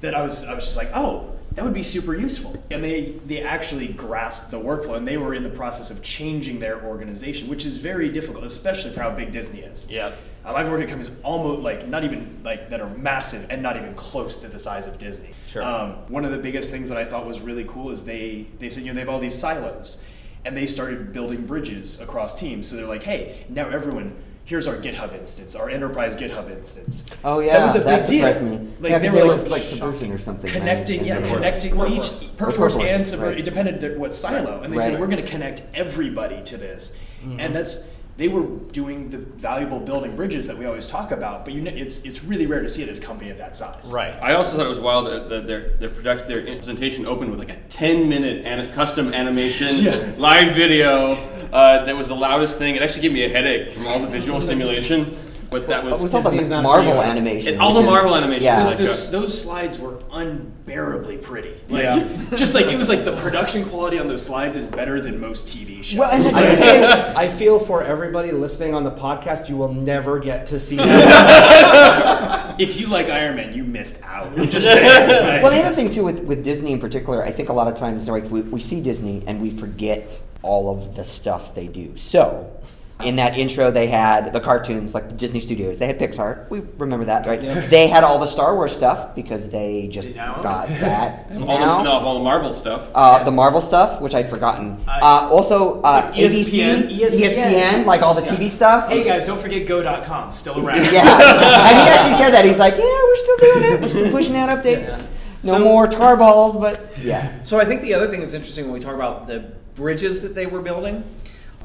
[SPEAKER 11] that I was I was just like, oh, that would be super useful. And they they actually grasped the workflow and they were in the process of changing their organization, which is very difficult, especially for how big Disney is.
[SPEAKER 5] Yeah.
[SPEAKER 11] Um, I've worked at companies almost like not even like that are massive and not even close to the size of Disney.
[SPEAKER 5] Sure.
[SPEAKER 11] Um, one of the biggest things that I thought was really cool is they they said you know they have all these silos, and they started building bridges across teams. So they're like, hey, now everyone. Here's our GitHub instance, our enterprise GitHub instance.
[SPEAKER 1] Oh yeah,
[SPEAKER 11] that was a
[SPEAKER 1] that
[SPEAKER 11] big deal.
[SPEAKER 1] surprised me.
[SPEAKER 11] Like
[SPEAKER 1] yeah,
[SPEAKER 11] they
[SPEAKER 1] 'cause
[SPEAKER 11] were
[SPEAKER 1] like, Subversion or something. right?
[SPEAKER 11] connecting,
[SPEAKER 1] And
[SPEAKER 11] yeah,
[SPEAKER 1] then-
[SPEAKER 11] connecting well, each
[SPEAKER 1] Or
[SPEAKER 11] Perforce
[SPEAKER 1] Perforce,
[SPEAKER 11] and Subvert.
[SPEAKER 1] right.
[SPEAKER 11] It depended that what silo, and they said
[SPEAKER 1] Right. Mm-hmm.
[SPEAKER 11] we're going to connect everybody to this, and that's they were doing the valuable building bridges that we always talk about. But you, know, it's it's really rare to see it at a company of that size.
[SPEAKER 5] I also thought it was wild that, that their their product their presentation opened with like a ten minute an- custom animation
[SPEAKER 11] Yeah.
[SPEAKER 5] live video uh, that was the loudest thing. It actually gave me a headache from all the visual stimulation. But that was,
[SPEAKER 1] What was all the Disney's not Marvel free, right? animation,
[SPEAKER 5] And all the
[SPEAKER 1] which is-
[SPEAKER 5] Marvel animation.
[SPEAKER 1] yeah.
[SPEAKER 5] was
[SPEAKER 11] Those,
[SPEAKER 5] like
[SPEAKER 11] those,
[SPEAKER 5] a-
[SPEAKER 11] those slides were unbearably pretty. Like,
[SPEAKER 5] Yeah.
[SPEAKER 11] just like it was like the production quality on those slides is better than most TV shows.
[SPEAKER 12] Well, and the
[SPEAKER 11] Like-
[SPEAKER 12] thing is, I feel for everybody listening on the podcast, you will never get to see that.
[SPEAKER 11] if you like Iron Man, you missed out. I'm just saying. right?
[SPEAKER 1] Well, the other thing too with, with Disney in particular, I think a lot of times like we, we see Disney and we forget all of the stuff they do. So. In that intro, they had the cartoons, like the Disney Studios. They had Pixar. We remember that, right?
[SPEAKER 5] Yeah.
[SPEAKER 1] They had all the Star Wars stuff because they just got that.
[SPEAKER 5] all
[SPEAKER 1] now.
[SPEAKER 5] the, no, all the Marvel stuff.
[SPEAKER 1] Uh, the Marvel stuff, which I'd forgotten. Uh, also, uh,
[SPEAKER 11] E
[SPEAKER 1] ABC, ESPN, like all the TV stuff.
[SPEAKER 11] Hey guys, don't forget Go.com, still around.
[SPEAKER 1] Yeah, and he actually said that. He's like, "Yeah, we're still doing it. We're still pushing out updates. No more tar balls, but yeah."
[SPEAKER 9] So I think the other thing that's interesting when we talk about the bridges that they were building,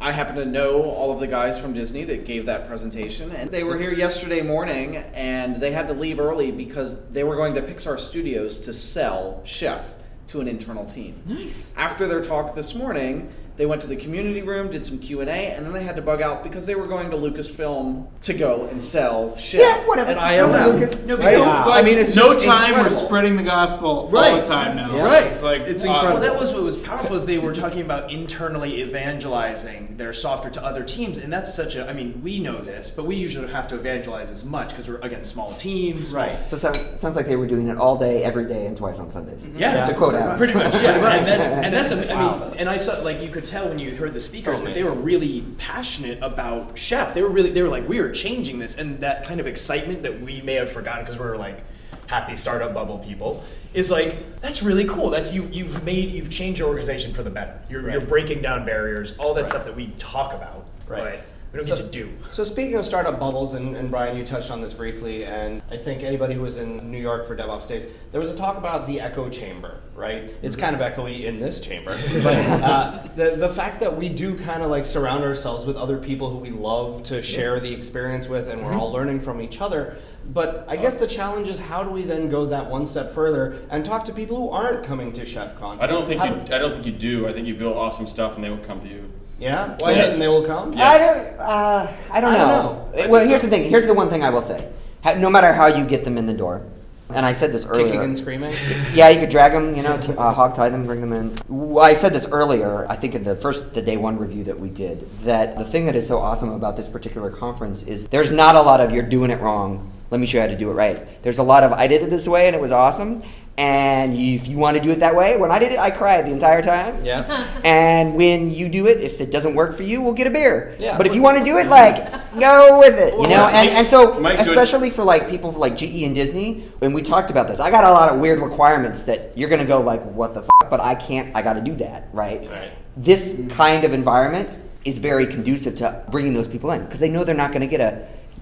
[SPEAKER 9] I happen to know all of the guys from Disney that gave that presentation, and they were here yesterday morning, and they had to leave early because they were going to Pixar Studios to sell Chef to an internal team. Nice. After their talk this morning, they went to the community room, did some Q and A, and then they had to bug out because they were going to Lucasfilm to go and sell Chef.
[SPEAKER 1] Yeah, whatever.
[SPEAKER 9] And
[SPEAKER 1] Just
[SPEAKER 9] I own
[SPEAKER 1] go to
[SPEAKER 9] them.
[SPEAKER 1] Lucas.
[SPEAKER 10] No, but
[SPEAKER 9] right?
[SPEAKER 10] don't,
[SPEAKER 9] I
[SPEAKER 10] like,
[SPEAKER 9] mean, it's
[SPEAKER 10] no
[SPEAKER 9] just
[SPEAKER 10] time
[SPEAKER 9] incredible.
[SPEAKER 10] we're spreading the gospel all the time now.
[SPEAKER 9] Right.
[SPEAKER 10] It's like
[SPEAKER 1] uh,
[SPEAKER 10] uh,
[SPEAKER 11] it's
[SPEAKER 10] awesome.
[SPEAKER 11] incredible. Well, that was what was powerful is they were talking about internally evangelizing their software to other teams, and that's such a. I mean, we know this, but we usually don't have to evangelize as much because we're again small teams. Right.
[SPEAKER 1] So it sound- sounds like they were doing it all day, every day, and twice on Sundays.
[SPEAKER 11] Yeah,
[SPEAKER 1] to quote out.
[SPEAKER 11] Pretty much, yeah. And that's, and that's, am- I mean, and I saw, like, you could tell when you heard the speakers that they were really passionate about Chef. They were really, they were like, we are changing this, and that kind of excitement that we may have forgotten because we're like happy startup bubble people is like that's really cool. That's you, you've made, you've changed your organization for the better. You're, you're breaking down barriers, all that stuff that we talk about, right? But we don't get to do.
[SPEAKER 12] So speaking of startup bubbles, and, and Brian, you touched on this briefly, and I think anybody who was in New York for DevOps Days, there was a talk about the echo chamber, right? It's
[SPEAKER 5] Mm-hmm.
[SPEAKER 12] kind of echoey in this chamber, but uh, the the fact that we do kind of like surround ourselves with other people who we love to share the experience with, and
[SPEAKER 5] Mm-hmm.
[SPEAKER 12] we're all learning from each other. But I
[SPEAKER 5] Uh,
[SPEAKER 12] guess the challenge is how do we then go that one step further and talk to people who aren't coming to ChefCon?
[SPEAKER 5] I don't think
[SPEAKER 12] How
[SPEAKER 5] you.
[SPEAKER 12] do-
[SPEAKER 5] I don't think you do. I think you build awesome stuff, and they will come to you.
[SPEAKER 12] Yeah?
[SPEAKER 5] Why
[SPEAKER 12] Yes. And they will come?
[SPEAKER 5] Yes.
[SPEAKER 1] I don't. Uh, I don't
[SPEAKER 12] I
[SPEAKER 1] know.
[SPEAKER 12] don't
[SPEAKER 1] Well, here's the thing. Here's the one thing I will say. Ha- No matter how you get them in the door, and I said this earlier.
[SPEAKER 12] Kicking and screaming?
[SPEAKER 1] Yeah, you could drag them, you know, to, uh, hog tie them, bring them in. Well, I said this earlier. I think in the first, the day one review that we did, that the thing that is so awesome about this particular conference is there's not a lot of you're doing it wrong. let me show you how to do it right. There's a lot of I did it this way and it was awesome. And you, if you want to do it that way, when I did it, I cried the entire time.
[SPEAKER 12] Yeah.
[SPEAKER 1] And when you do it, if it doesn't work for you, we'll get a beer.
[SPEAKER 12] Yeah.
[SPEAKER 1] But if you want to do it, like, go with it, you
[SPEAKER 12] Well,
[SPEAKER 1] know.
[SPEAKER 12] yeah,
[SPEAKER 1] And,
[SPEAKER 12] Mike-
[SPEAKER 1] and so,
[SPEAKER 12] Mike, good-
[SPEAKER 1] especially for like people like GE and Disney, when we talked about this, I got a lot of weird requirements that you're gonna go like, what the fuck? But I can't. I got to do that, right? Right. This kind of environment is very conducive to bringing those people in because they know they're not gonna get a,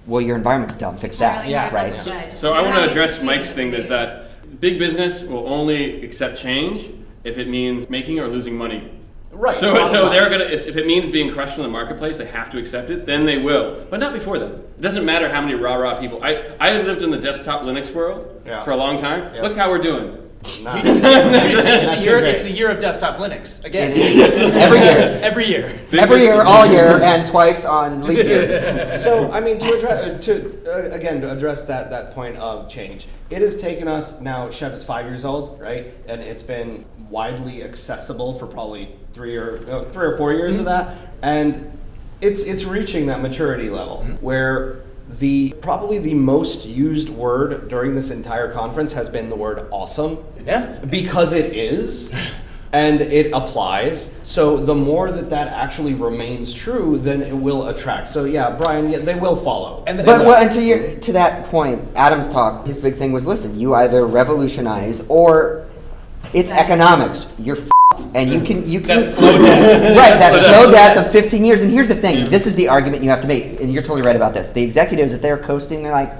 [SPEAKER 1] well, your environment's dumb, fix that, right?
[SPEAKER 5] So I want to address Mike's thing is that big business will only accept change if it means making or losing money.
[SPEAKER 12] Right.
[SPEAKER 5] So,
[SPEAKER 12] bottom
[SPEAKER 5] so
[SPEAKER 12] line.
[SPEAKER 5] they're gonna if if it means being crushed in the marketplace, they have to accept it. Then they will, but not before then. It doesn't matter how many rah rah people. I I lived in the desktop Linux world
[SPEAKER 11] Yeah.
[SPEAKER 5] for a long time. Look how we're doing.
[SPEAKER 11] It's, it's the
[SPEAKER 5] Not so
[SPEAKER 11] year,
[SPEAKER 5] great.
[SPEAKER 11] it's the year of desktop Linux again.
[SPEAKER 5] It is.
[SPEAKER 1] Every year.
[SPEAKER 11] Every year.
[SPEAKER 1] Every year, all year, and twice on leap years.
[SPEAKER 12] so I mean, to address uh, to uh, again to address that that point of change, it has taken us now. Chef is five years old, right? And it's been widely accessible for probably three or no, three or four years of that, and it's it's reaching that maturity level where the probably the most used word during this entire conference has been the word awesome. Yeah, because it is. and it applies. So the more that that actually remains true, then it will attract. So yeah, Brian, yeah, they will follow. And
[SPEAKER 1] But well, and to your to that point, Adam's talk, his big thing was listen, you either revolutionize or it's economics. You're f***ed. and you can you can slow
[SPEAKER 12] death.
[SPEAKER 1] right that
[SPEAKER 12] That's
[SPEAKER 1] slow
[SPEAKER 12] slow
[SPEAKER 1] death of 15 years. And here's the thing: this is the argument you have to make, and you're totally right about this. The executives, if they're coasting, they're like,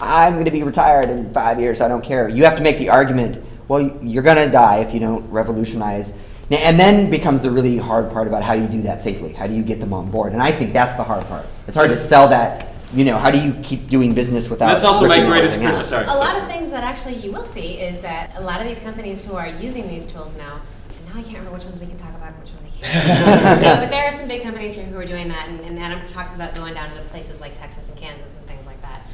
[SPEAKER 1] "I'm going to be retired in five years. I don't care." You have to make the argument: well, you're going to die if you don't revolutionize. Now- And then becomes the really hard part about how you do that safely. How do you get them on board? And I think that's the hard part. It's hard to sell that. You know, how do you keep doing business without?
[SPEAKER 5] That's also my
[SPEAKER 1] ripping
[SPEAKER 5] greatest
[SPEAKER 1] everything
[SPEAKER 5] criti-
[SPEAKER 1] out?
[SPEAKER 5] sorry.
[SPEAKER 6] A lot of things that actually you will see is that a lot of these companies who are using these tools now, and now I can't remember which ones we can talk about, and which ones I can't. so, but there are some big companies here who are doing that, and, and Adam talks about going down to places like Texas and Kansas and things like that.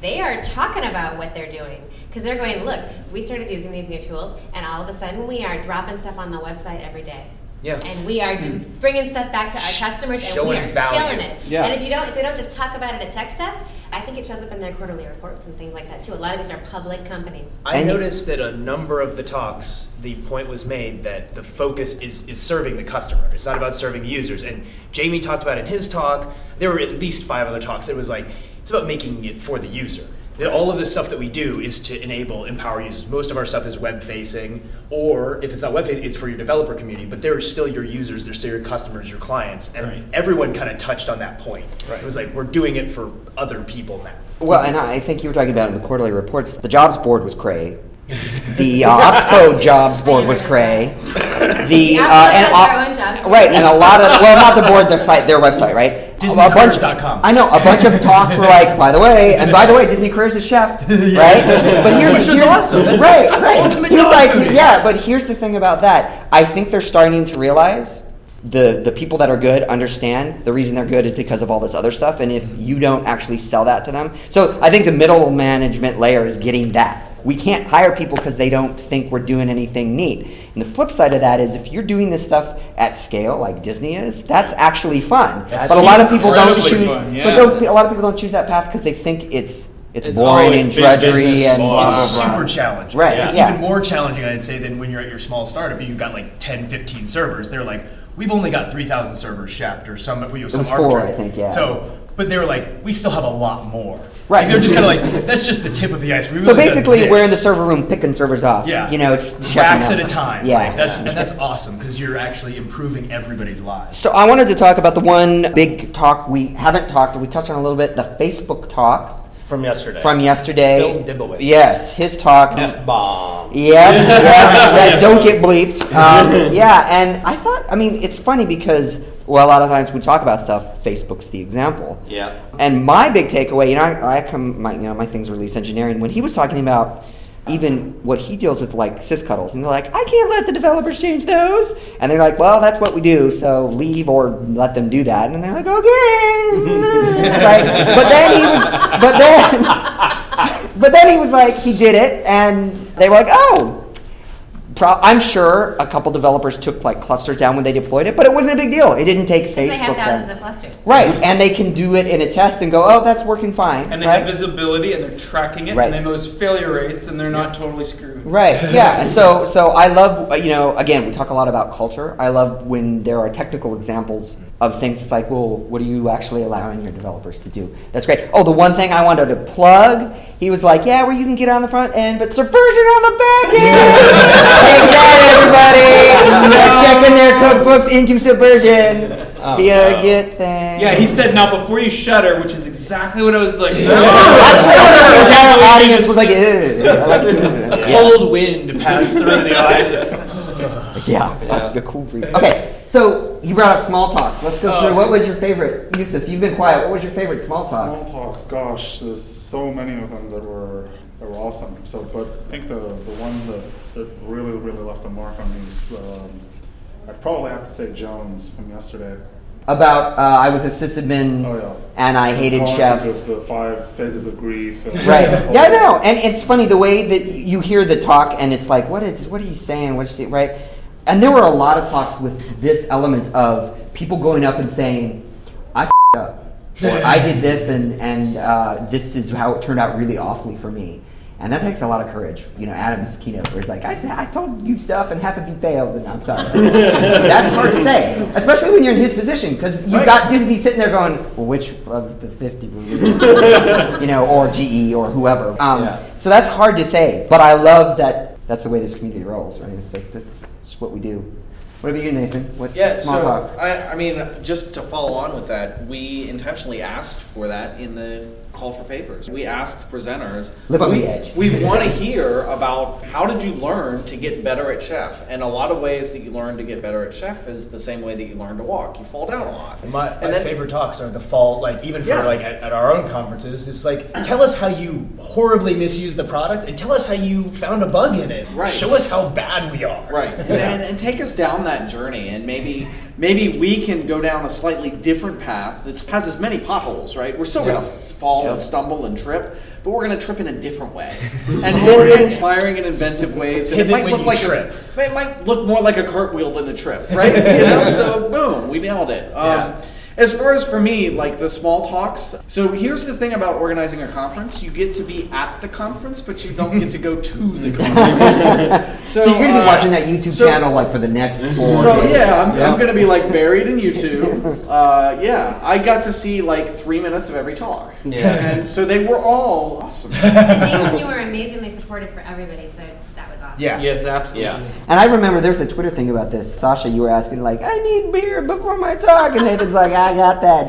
[SPEAKER 6] They are talking about what they're doing because they're going, look, we started using these new tools, and all of a sudden we are dropping stuff on the website every day.
[SPEAKER 11] Yeah. Hmm.
[SPEAKER 6] And we are d- bringing stuff back to our customers, and we
[SPEAKER 11] showing
[SPEAKER 6] are
[SPEAKER 11] value.
[SPEAKER 6] killing it.
[SPEAKER 11] Yeah.
[SPEAKER 6] And if you don't, if they don't just talk about it at tech stuff, I think it shows up in their quarterly reports and things like that too. A lot of these are public companies.
[SPEAKER 11] I noticed that a number of the talks, the point was made that the focus is, is serving the customer. It's not about serving the users. And Jamie talked about in his talk, there were at least five other talks that was like, it's about making it for the user. That all of the stuff that we do is to enable, empower users. Most of our stuff is web facing, or if it's not web facing, it's for your developer community, but there are still your users, there's still your customers, your clients. And everyone kind of touched on that point. It was like, we're doing it for other people now.
[SPEAKER 1] Well, and I think you were talking about in the quarterly reports. The jobs board was cray. The uh, OpsCo jobs board was cray. The
[SPEAKER 6] Yeah,
[SPEAKER 1] uh, and
[SPEAKER 6] that's
[SPEAKER 1] uh,
[SPEAKER 6] our own jobs.
[SPEAKER 1] right, and a lot of well, not the board, their site, their website, right? DisneyCareers.com. I know a bunch of talks were like, by the way, and by the way, Disney Careers is chef, right? But here's
[SPEAKER 11] Which was
[SPEAKER 1] here's-
[SPEAKER 11] awesome. That's
[SPEAKER 1] right?
[SPEAKER 11] the
[SPEAKER 1] Right.
[SPEAKER 11] ultimate
[SPEAKER 1] Here's
[SPEAKER 11] dog
[SPEAKER 1] like,
[SPEAKER 11] food.
[SPEAKER 1] yeah, but here's the thing about that. I think they're starting to realize the the people that are good understand the reason they're good is because of all this other stuff. And if you don't actually sell that to them, so I think the middle management layer is getting that. We can't hire people because they don't think we're doing anything neat. And the flip side of that is if you're doing this stuff at scale like Disney is, that's actually fun.
[SPEAKER 12] That's
[SPEAKER 1] but a lot of people don't
[SPEAKER 12] incredibly
[SPEAKER 1] choose.
[SPEAKER 12] fun,
[SPEAKER 1] But
[SPEAKER 12] yeah.
[SPEAKER 1] don't, a lot of people don't choose that path because they think it's it's,
[SPEAKER 11] It's-
[SPEAKER 1] boring
[SPEAKER 11] oh, it's
[SPEAKER 1] and
[SPEAKER 11] big
[SPEAKER 1] drudgery
[SPEAKER 11] business.
[SPEAKER 1] and blah,
[SPEAKER 11] it's
[SPEAKER 1] blah, blah.
[SPEAKER 11] super challenging.
[SPEAKER 1] Right,
[SPEAKER 11] It's
[SPEAKER 1] yeah.
[SPEAKER 11] even more challenging, I'd say, than when you're at your small startup. You've got like 10, 15 servers. They're like, we've only got 3,000 servers shaft or some, you know, some
[SPEAKER 1] was four,
[SPEAKER 11] arbitrary-
[SPEAKER 1] I think, yeah.
[SPEAKER 11] So, but they were like, we still have a lot more.
[SPEAKER 1] Right.
[SPEAKER 11] Like, they're just kind of like, that's just the tip of the iceberg. We've
[SPEAKER 1] So
[SPEAKER 11] only done
[SPEAKER 1] basically, we're in the
[SPEAKER 11] this."
[SPEAKER 1] server room picking servers off.
[SPEAKER 11] Yeah.
[SPEAKER 1] You know, just checking
[SPEAKER 11] racks
[SPEAKER 1] out.
[SPEAKER 11] at a time.
[SPEAKER 1] Yeah.
[SPEAKER 11] Like, that's, and that's awesome because you're actually improving everybody's lives.
[SPEAKER 1] So I wanted to talk about the one big talk we haven't talked. We touched on a little bit the Facebook talk
[SPEAKER 11] From yesterday.
[SPEAKER 1] from yesterday.
[SPEAKER 11] Phil Dibowitz.
[SPEAKER 1] Yes, his talk.
[SPEAKER 11] F bomb.
[SPEAKER 1] Yeah, yeah, that don't get bleeped. Um, yeah, and I thought, I mean, it's funny because, well, a lot of times we talk about stuff, Facebook's the example.
[SPEAKER 12] Yeah.
[SPEAKER 1] And my big takeaway, you know, I, I come, my, you know, my thing's release engineering. When he was talking about even what he deals with, like syscuddles, and they're like, I can't let the developers change those, and they're like, well, that's what we do, so leave or let them do that, and they're like, okay, right? But then he was, but then, but then he was like, he did it, and they were like, oh, Pro- I'm sure a couple developers took like clusters down when they deployed it, but it wasn't a big deal. It didn't take Facebook.
[SPEAKER 6] They have
[SPEAKER 1] down.
[SPEAKER 6] thousands of clusters.
[SPEAKER 1] Right, and they can do it in a test and go, oh, that's working fine.
[SPEAKER 10] And they
[SPEAKER 1] right?
[SPEAKER 10] have visibility and they're tracking it
[SPEAKER 1] Right.
[SPEAKER 10] and they know his failure rates and they're not totally screwed.
[SPEAKER 1] Right. Yeah. And so, so I love uh, you know again we talk a lot about culture. I love when there are technical examples of things. It's like, well, what are you actually allowing your developers to do? That's great. Oh, the one thing I wanted to plug. He was like, yeah, we're using Git on the front end, but Subversion on the back end. Take that, everybody. They're checking their cookbooks into Subversion via
[SPEAKER 10] no.
[SPEAKER 1] Git thing.
[SPEAKER 10] Oh, Yeah, he said now before you shudder, which is exactly what I was like.
[SPEAKER 1] The entire audience was like, "Ew." I like
[SPEAKER 11] A cold wind passed through the eyes.
[SPEAKER 1] Yeah, the cool breeze. Okay, so you brought up small talks. Let's go
[SPEAKER 13] Oh,
[SPEAKER 1] through. What
[SPEAKER 13] okay.
[SPEAKER 1] was your favorite, Yusuf? You've been quiet. What was your favorite small talk?
[SPEAKER 13] Small talks, gosh, there's so many of them that were that were awesome. So, but I think the the one that, that really really left a mark on me, is, um, I'd probably have to say Jones from yesterday.
[SPEAKER 1] About uh, I was a sysadmin and I
[SPEAKER 13] His
[SPEAKER 1] hated
[SPEAKER 13] talk
[SPEAKER 1] chef.
[SPEAKER 13] of The, five phases of grief. and-
[SPEAKER 1] Right. Yeah, I know. And it's funny the way that you hear the talk and it's like, what is what are you saying? What's he right? And there were a lot of talks with this element of people going up and saying, I f***ed up. Or I did this and, and uh, this is how it turned out really awfully for me. And that takes a lot of courage. You know, Adam's keynote where he's like, I, I told you stuff and half of you failed and I'm sorry. That's hard to say, especially when you're in his position because you've
[SPEAKER 12] Right.
[SPEAKER 1] got Disney sitting there going, well, which of the 50 were you? you know, or GE or whoever. Um, So that's hard to say, but I love that that's the way this community rolls, right? It's like, that's, that's what we do. What about you, Nathan? What
[SPEAKER 9] Yeah,
[SPEAKER 1] small
[SPEAKER 9] so
[SPEAKER 1] talk?
[SPEAKER 9] I, I mean, just to follow on with that, we intentionally asked for that in the call for papers. We asked presenters.
[SPEAKER 1] Live on
[SPEAKER 9] we,
[SPEAKER 1] the edge.
[SPEAKER 9] We want to hear about how did you learn to get better at chef, and a lot of ways that you learn to get better at chef is the same way that you learn to walk. You fall down a lot.
[SPEAKER 11] My,
[SPEAKER 9] And
[SPEAKER 11] my
[SPEAKER 9] then-
[SPEAKER 11] favorite talks are the fall, like even for
[SPEAKER 9] Yeah.
[SPEAKER 11] like at, at our own conferences. It's like tell us how you horribly misused the product, and tell us how you found a bug in it.
[SPEAKER 9] Right.
[SPEAKER 11] Show us how bad we are.
[SPEAKER 9] Right, and, and, and take us down that journey, and maybe maybe we can go down a slightly different path that has as many potholes. Right, we're still
[SPEAKER 11] Yeah.
[SPEAKER 9] gonna fall
[SPEAKER 11] Yeah.
[SPEAKER 9] and stumble and trip, but we're gonna trip in a different way, and more inspiring and inventive ways. And it
[SPEAKER 11] Pivot
[SPEAKER 9] might
[SPEAKER 11] when
[SPEAKER 9] look
[SPEAKER 11] you
[SPEAKER 9] like
[SPEAKER 11] trip.
[SPEAKER 9] A, it might look more like a cartwheel than a trip, right? You know, so boom, we nailed it. Um, As far as for me, like the small talks. So here's the thing about organizing a conference: you get to be at the conference, but you don't get to go to the conference.
[SPEAKER 1] So, you're going to be
[SPEAKER 9] uh,
[SPEAKER 1] watching that YouTube
[SPEAKER 9] so-
[SPEAKER 1] channel like for the next four
[SPEAKER 9] so
[SPEAKER 1] days.
[SPEAKER 9] yeah, I'm,
[SPEAKER 1] Yeah.
[SPEAKER 9] I'm gonna be like buried in YouTube. Uh, yeah, I got to see like three minutes of every talk.
[SPEAKER 1] Yeah.
[SPEAKER 9] and so they were all awesome.
[SPEAKER 6] Nathan, you were amazingly supportive for everybody, so that was awesome.
[SPEAKER 10] Yes, absolutely. Yeah.
[SPEAKER 1] And I remember there's a Twitter thing about this. Sasha, you were asking like, I need beer before my talk, and Nathan's like, I got that.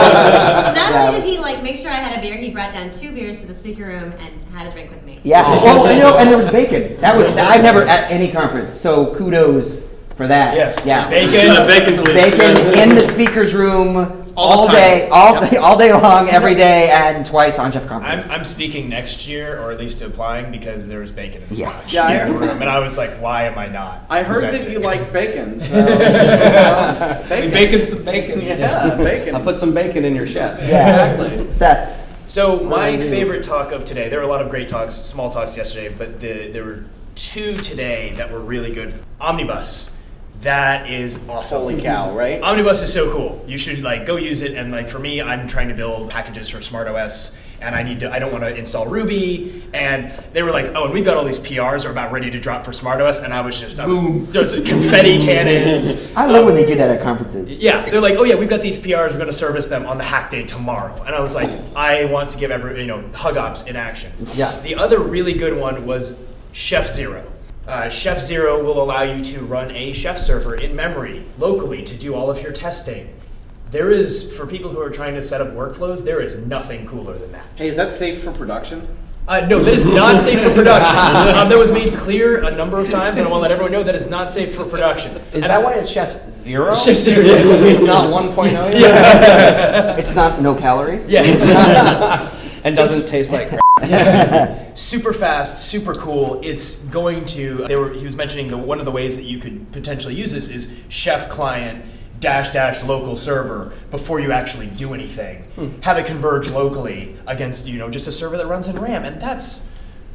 [SPEAKER 6] Not
[SPEAKER 1] Yeah.
[SPEAKER 6] only did he like make sure I had a beer, he brought down two beers to the speaker room and had a drink with me.
[SPEAKER 1] Yeah. Well, you Oh, know, and there was bacon. That was I never at any conference. So kudos for that.
[SPEAKER 11] Yes.
[SPEAKER 1] Yeah.
[SPEAKER 11] Bacon. Uh, bacon, please.
[SPEAKER 1] Bacon in the speakers room
[SPEAKER 11] All the
[SPEAKER 1] all
[SPEAKER 11] time.
[SPEAKER 1] day, all
[SPEAKER 11] Yep.
[SPEAKER 1] day, all day long, every day, and twice on Jeff Conference.
[SPEAKER 11] I'm, I'm speaking next year, or at least applying, because there was bacon and
[SPEAKER 1] Yeah.
[SPEAKER 11] scotch
[SPEAKER 1] Yeah, I
[SPEAKER 11] in the
[SPEAKER 1] heard-
[SPEAKER 11] room, and I was like, "Why am I not?"
[SPEAKER 9] I heard that
[SPEAKER 11] presenting?
[SPEAKER 9] you like bacon. So, well, bacon.
[SPEAKER 11] some bacon.
[SPEAKER 9] Yeah, bacon.
[SPEAKER 11] I put some bacon in your chef.
[SPEAKER 1] exactly. Seth.
[SPEAKER 11] So
[SPEAKER 1] What
[SPEAKER 11] my
[SPEAKER 1] do you do?
[SPEAKER 11] favorite talk of today. There were a lot of great talks, small talks yesterday, but the, there were two today that were really good. Omnibus. That is awesome.
[SPEAKER 9] Holy cow, right?
[SPEAKER 11] Omnibus is so cool. You should like go use it and like for me, I'm trying to build packages for Smart OS and I need to I don't want to install Ruby and they were like, "Oh, and we've got all these PRs are about ready to drop for Smart OS and I was just I was, there was confetti cannons.
[SPEAKER 1] I love when they do that at conferences.
[SPEAKER 11] Yeah, they're like, oh yeah, we've got these PRs. We're going to service them on the hack day tomorrow. And I was like, I want to give every you know hug ops in action.
[SPEAKER 1] Yeah.
[SPEAKER 11] The other really good one was Chef Zero. Uh, chef Zero will allow you to run a chef server in memory locally to do all of your testing. There is for people who are trying to set up workflows, there is nothing cooler than that.
[SPEAKER 9] Hey, is that safe for production?
[SPEAKER 11] Uh, no, that is not safe for production. um, that was made clear a number of times, and I want to let everyone know that is not safe for production.
[SPEAKER 12] Is
[SPEAKER 11] That's-
[SPEAKER 12] that why it's Chef Zero?
[SPEAKER 11] Chef Zero, yes.
[SPEAKER 12] It's not oh? 1.0?
[SPEAKER 1] It's not no calories.
[SPEAKER 11] Yeah, it's
[SPEAKER 12] and doesn't taste like crap.
[SPEAKER 11] super fast, super cool. It's going to. They were. He was mentioning the one of the ways that you could potentially use this is chef client dash dash local server before you actually do anything. Have it converge locally against you know just a server that runs in RAM, and that's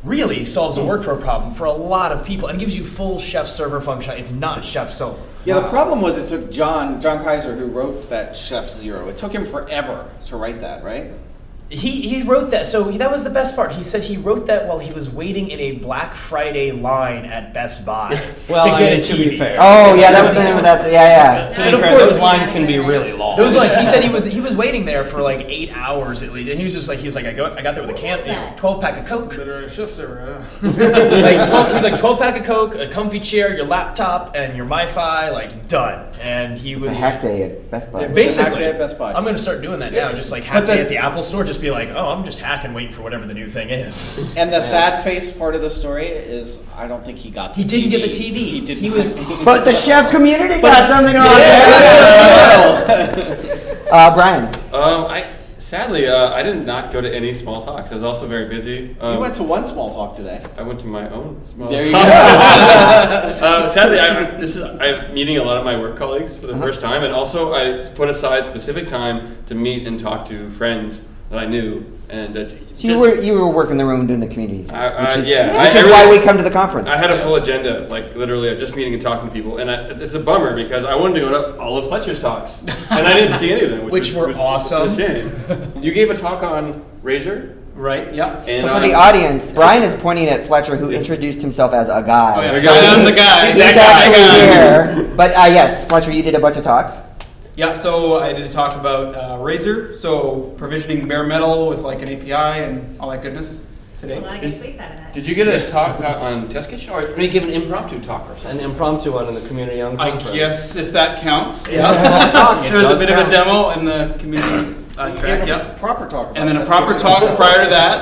[SPEAKER 11] really solves a workflow problem for a lot of people and gives you full chef server function. It's not chef solo.
[SPEAKER 9] Yeah, the problem was it took John John Kaiser, who wrote that Chef Zero. It took him forever to write that, right?
[SPEAKER 11] He, he wrote that. So that was the best part. He said he wrote that while he was waiting in a Black Friday line at Best Buy
[SPEAKER 14] Well,
[SPEAKER 11] to
[SPEAKER 14] I
[SPEAKER 11] get
[SPEAKER 14] mean,
[SPEAKER 11] a
[SPEAKER 14] to be
[SPEAKER 11] TV.
[SPEAKER 14] fair. Oh, yeah, that was the name of that- yeah, yeah. To be
[SPEAKER 11] And of
[SPEAKER 14] fair,
[SPEAKER 11] course,
[SPEAKER 14] those lines can
[SPEAKER 12] be really long.
[SPEAKER 11] Those lines. He said he was he was waiting there for like eight hours at least, and he was just like he was like I got I got there with a camp, you know, twelve pack of Coke.
[SPEAKER 10] Shift server.
[SPEAKER 11] like 12, he's like 12 pack of coke a comfy chair your laptop and your MiFi, like done and he was
[SPEAKER 14] It's a hack day at Best Buy.
[SPEAKER 11] Yeah, basically
[SPEAKER 9] Best Buy.
[SPEAKER 11] i'm going to start doing that now just like hack
[SPEAKER 9] But the-
[SPEAKER 11] day at the apple store just be like oh i'm just hacking waiting for whatever the new thing is
[SPEAKER 9] And the sad face part of the story is I don't think he got. The
[SPEAKER 11] He didn't
[SPEAKER 9] TV.
[SPEAKER 11] get the TV.
[SPEAKER 9] He didn't. He was.
[SPEAKER 14] But the chef community got something wrong. Uh, Brian.
[SPEAKER 5] Um, I sadly uh, I did not go to any small talks. I was also very busy. Um,
[SPEAKER 9] you went to one small talk today.
[SPEAKER 5] I went to my own small
[SPEAKER 9] There you
[SPEAKER 5] talk.
[SPEAKER 9] go.
[SPEAKER 5] um, sadly, I, this is I'm meeting a lot of my work colleagues for the
[SPEAKER 14] Uh-huh.
[SPEAKER 5] first time, and also I put aside specific time to meet and talk to friends that I knew. And uh,
[SPEAKER 14] So you were you were working the room doing the community thing,
[SPEAKER 5] I- I-
[SPEAKER 14] which is,
[SPEAKER 5] yeah,
[SPEAKER 14] which
[SPEAKER 5] I-
[SPEAKER 14] is
[SPEAKER 5] I
[SPEAKER 14] why
[SPEAKER 5] really-
[SPEAKER 14] we come to the conference.
[SPEAKER 5] I had a full agenda, like literally, of just meeting and talking to people, and I, it's- it's a bummer because I wanted to go to all of Fletcher's talks, and I didn't see any of them, which,
[SPEAKER 11] Which
[SPEAKER 5] was-
[SPEAKER 11] were
[SPEAKER 5] was-
[SPEAKER 11] awesome.
[SPEAKER 5] Was a shame. You gave a talk on Razor,
[SPEAKER 11] right? Yep.
[SPEAKER 5] And
[SPEAKER 14] so for
[SPEAKER 5] on-
[SPEAKER 14] the audience, Brian is pointing at Fletcher, who introduced himself as a guy.
[SPEAKER 5] Oh,
[SPEAKER 14] So
[SPEAKER 5] yeah. Shout out
[SPEAKER 14] he's-
[SPEAKER 5] the guy.
[SPEAKER 14] He's
[SPEAKER 5] That guy.
[SPEAKER 14] actually here. But uh, yes, Fletcher, you did a bunch of talks.
[SPEAKER 10] Yeah, so I did a talk about uh, Razor, so provisioning bare metal with like an API and all that goodness today.
[SPEAKER 6] A lot of good tweets out of that.
[SPEAKER 5] Did you get a talk out on Test Kitchen, or did you give an impromptu talk or something?
[SPEAKER 12] An impromptu one in the community on
[SPEAKER 10] I
[SPEAKER 12] conference.
[SPEAKER 10] guess if that counts.
[SPEAKER 12] It does count. It
[SPEAKER 10] There was a
[SPEAKER 12] does
[SPEAKER 10] bit of a
[SPEAKER 12] count.
[SPEAKER 10] demo in the community uh, track,
[SPEAKER 12] a
[SPEAKER 10] yep.
[SPEAKER 9] Proper talk.
[SPEAKER 10] And then a
[SPEAKER 12] about
[SPEAKER 10] proper
[SPEAKER 12] Test
[SPEAKER 10] talk
[SPEAKER 12] Kitchen.
[SPEAKER 10] prior to that.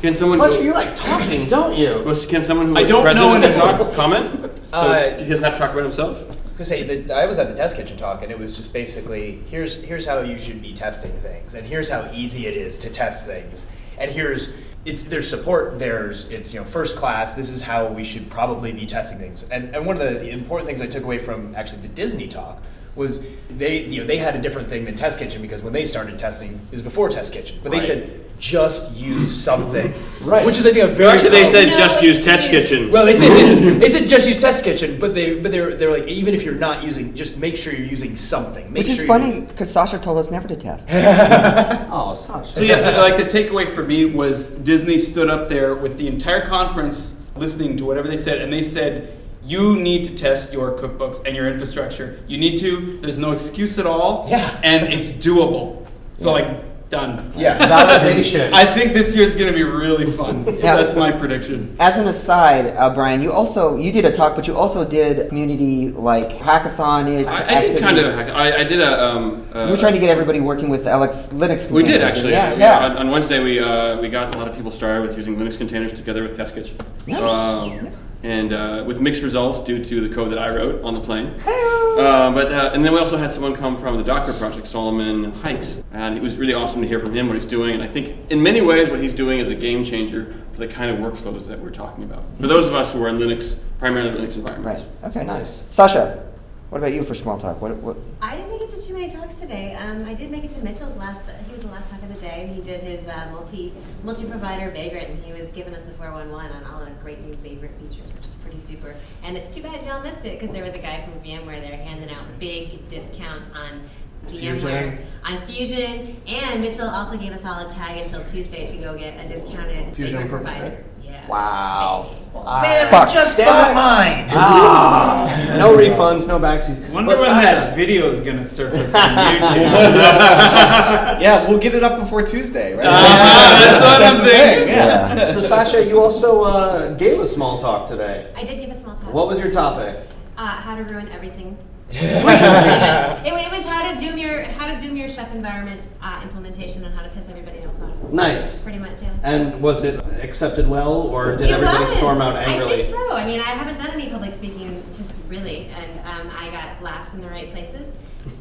[SPEAKER 5] Can someone?
[SPEAKER 12] Fletcher, you like talking, don't you?
[SPEAKER 5] Was, can someone who
[SPEAKER 10] I
[SPEAKER 5] was
[SPEAKER 10] don't
[SPEAKER 5] present
[SPEAKER 10] know
[SPEAKER 5] in the
[SPEAKER 10] anymore.
[SPEAKER 5] talk comment? So
[SPEAKER 11] Uh,
[SPEAKER 5] he doesn't have to talk about himself.
[SPEAKER 11] I was gonna say that I was at the test kitchen talk, and it was just basically here's here's how you should be testing things, and here's how easy it is to test things, and here's it's there's support, there's it's you know first class. This is how we should probably be testing things, and and one of the important things I took away from actually the Disney talk was they you know they had a different thing than test kitchen because when they started testing it was before test kitchen, but
[SPEAKER 5] Right.
[SPEAKER 11] they said just use something,
[SPEAKER 5] Right.
[SPEAKER 11] Which is I think a very
[SPEAKER 5] Actually, they said just use Test Kitchen.
[SPEAKER 11] well, they said just, they said just use Test Kitchen, but they but they're they're like even if you're not using, just make sure you're using something. Make
[SPEAKER 14] Which
[SPEAKER 11] sure
[SPEAKER 14] is
[SPEAKER 11] you're-
[SPEAKER 14] funny because Sasha told us never to test.
[SPEAKER 12] oh, Sasha.
[SPEAKER 10] So yeah, the- like the takeaway for me was Disney stood up there with the entire conference listening to whatever they said, and they said, "You need to test your cookbooks and your infrastructure. You need to. There's no excuse at all.
[SPEAKER 11] Yeah.
[SPEAKER 10] and it's doable. So like, done.
[SPEAKER 11] Yeah, validation.
[SPEAKER 10] I think this year's gonna be really fun.
[SPEAKER 14] Yeah.
[SPEAKER 10] That's my prediction.
[SPEAKER 14] As an aside, uh, Brian, you also you did a talk, but you also did community like hackathon.
[SPEAKER 5] I, I did kind of. hack- I, I did a. Um, uh,
[SPEAKER 14] we were trying to get everybody working with Alex Linux.
[SPEAKER 5] We did
[SPEAKER 14] containers.
[SPEAKER 5] actually.
[SPEAKER 14] Yeah,
[SPEAKER 5] We-
[SPEAKER 14] yeah.
[SPEAKER 5] On, on Wednesday, we uh, we got a lot of people started with using Linux containers together with Test Kitchen, um, and uh, with mixed results due to the code that I wrote on the plane. Uh, but uh, and then we also had someone come from the Docker project, Solomon Hikes, and it was really awesome to hear from him what he's doing. And I think in many ways, what he's doing is a game changer for the kind of workflows that we're talking about. For those of us who are in Linux, primarily Linux environments.
[SPEAKER 14] Okay, nice. Sasha, what about you for small talk? What? what
[SPEAKER 6] I didn't make it to too many talks today. Um, I did make it to Mitchell's last. He was the last talk of the day. He did his uh, multi multi provider vagrant, and he was giving us the 411 on all the great new vagrant features, which is pretty super. And it's too bad Tal missed it because there was a guy from VMware there handing out big discounts on VMware
[SPEAKER 15] Fusion.
[SPEAKER 6] on Fusion, and Mitchell also gave us all a tag until Tuesday to go get a discounted
[SPEAKER 12] Fusion
[SPEAKER 6] vagrant
[SPEAKER 12] improvement,
[SPEAKER 6] provider.
[SPEAKER 12] right?
[SPEAKER 6] Yeah.
[SPEAKER 12] Wow.
[SPEAKER 6] Man, I
[SPEAKER 10] just
[SPEAKER 12] bought
[SPEAKER 11] mine.
[SPEAKER 12] Ah, no refunds, no backseats.
[SPEAKER 10] Wonder
[SPEAKER 12] But
[SPEAKER 10] when
[SPEAKER 12] Sasha-
[SPEAKER 10] that video is gonna surface on
[SPEAKER 12] Uh,
[SPEAKER 10] YouTube.
[SPEAKER 9] yeah, we'll get it up before Tuesday, right?
[SPEAKER 12] that's
[SPEAKER 10] what I'm
[SPEAKER 12] the
[SPEAKER 10] thinking.
[SPEAKER 12] thing,
[SPEAKER 10] Yeah.
[SPEAKER 12] so Sasha, you also uh, gave a small talk today.
[SPEAKER 6] I did give a small talk.
[SPEAKER 12] What was your topic?
[SPEAKER 6] Uh, how to ruin everything. it, it was how to doom your how to doom your chef environment uh, implementation and how to piss everybody else off.
[SPEAKER 12] Nice.
[SPEAKER 6] Pretty much, yeah.
[SPEAKER 12] And was it accepted well, or did
[SPEAKER 6] It
[SPEAKER 12] everybody
[SPEAKER 6] was.
[SPEAKER 12] storm out
[SPEAKER 6] I
[SPEAKER 12] angrily?
[SPEAKER 6] think so. I mean, I haven't done any public speaking, just really, and um, I got laughs in the right places,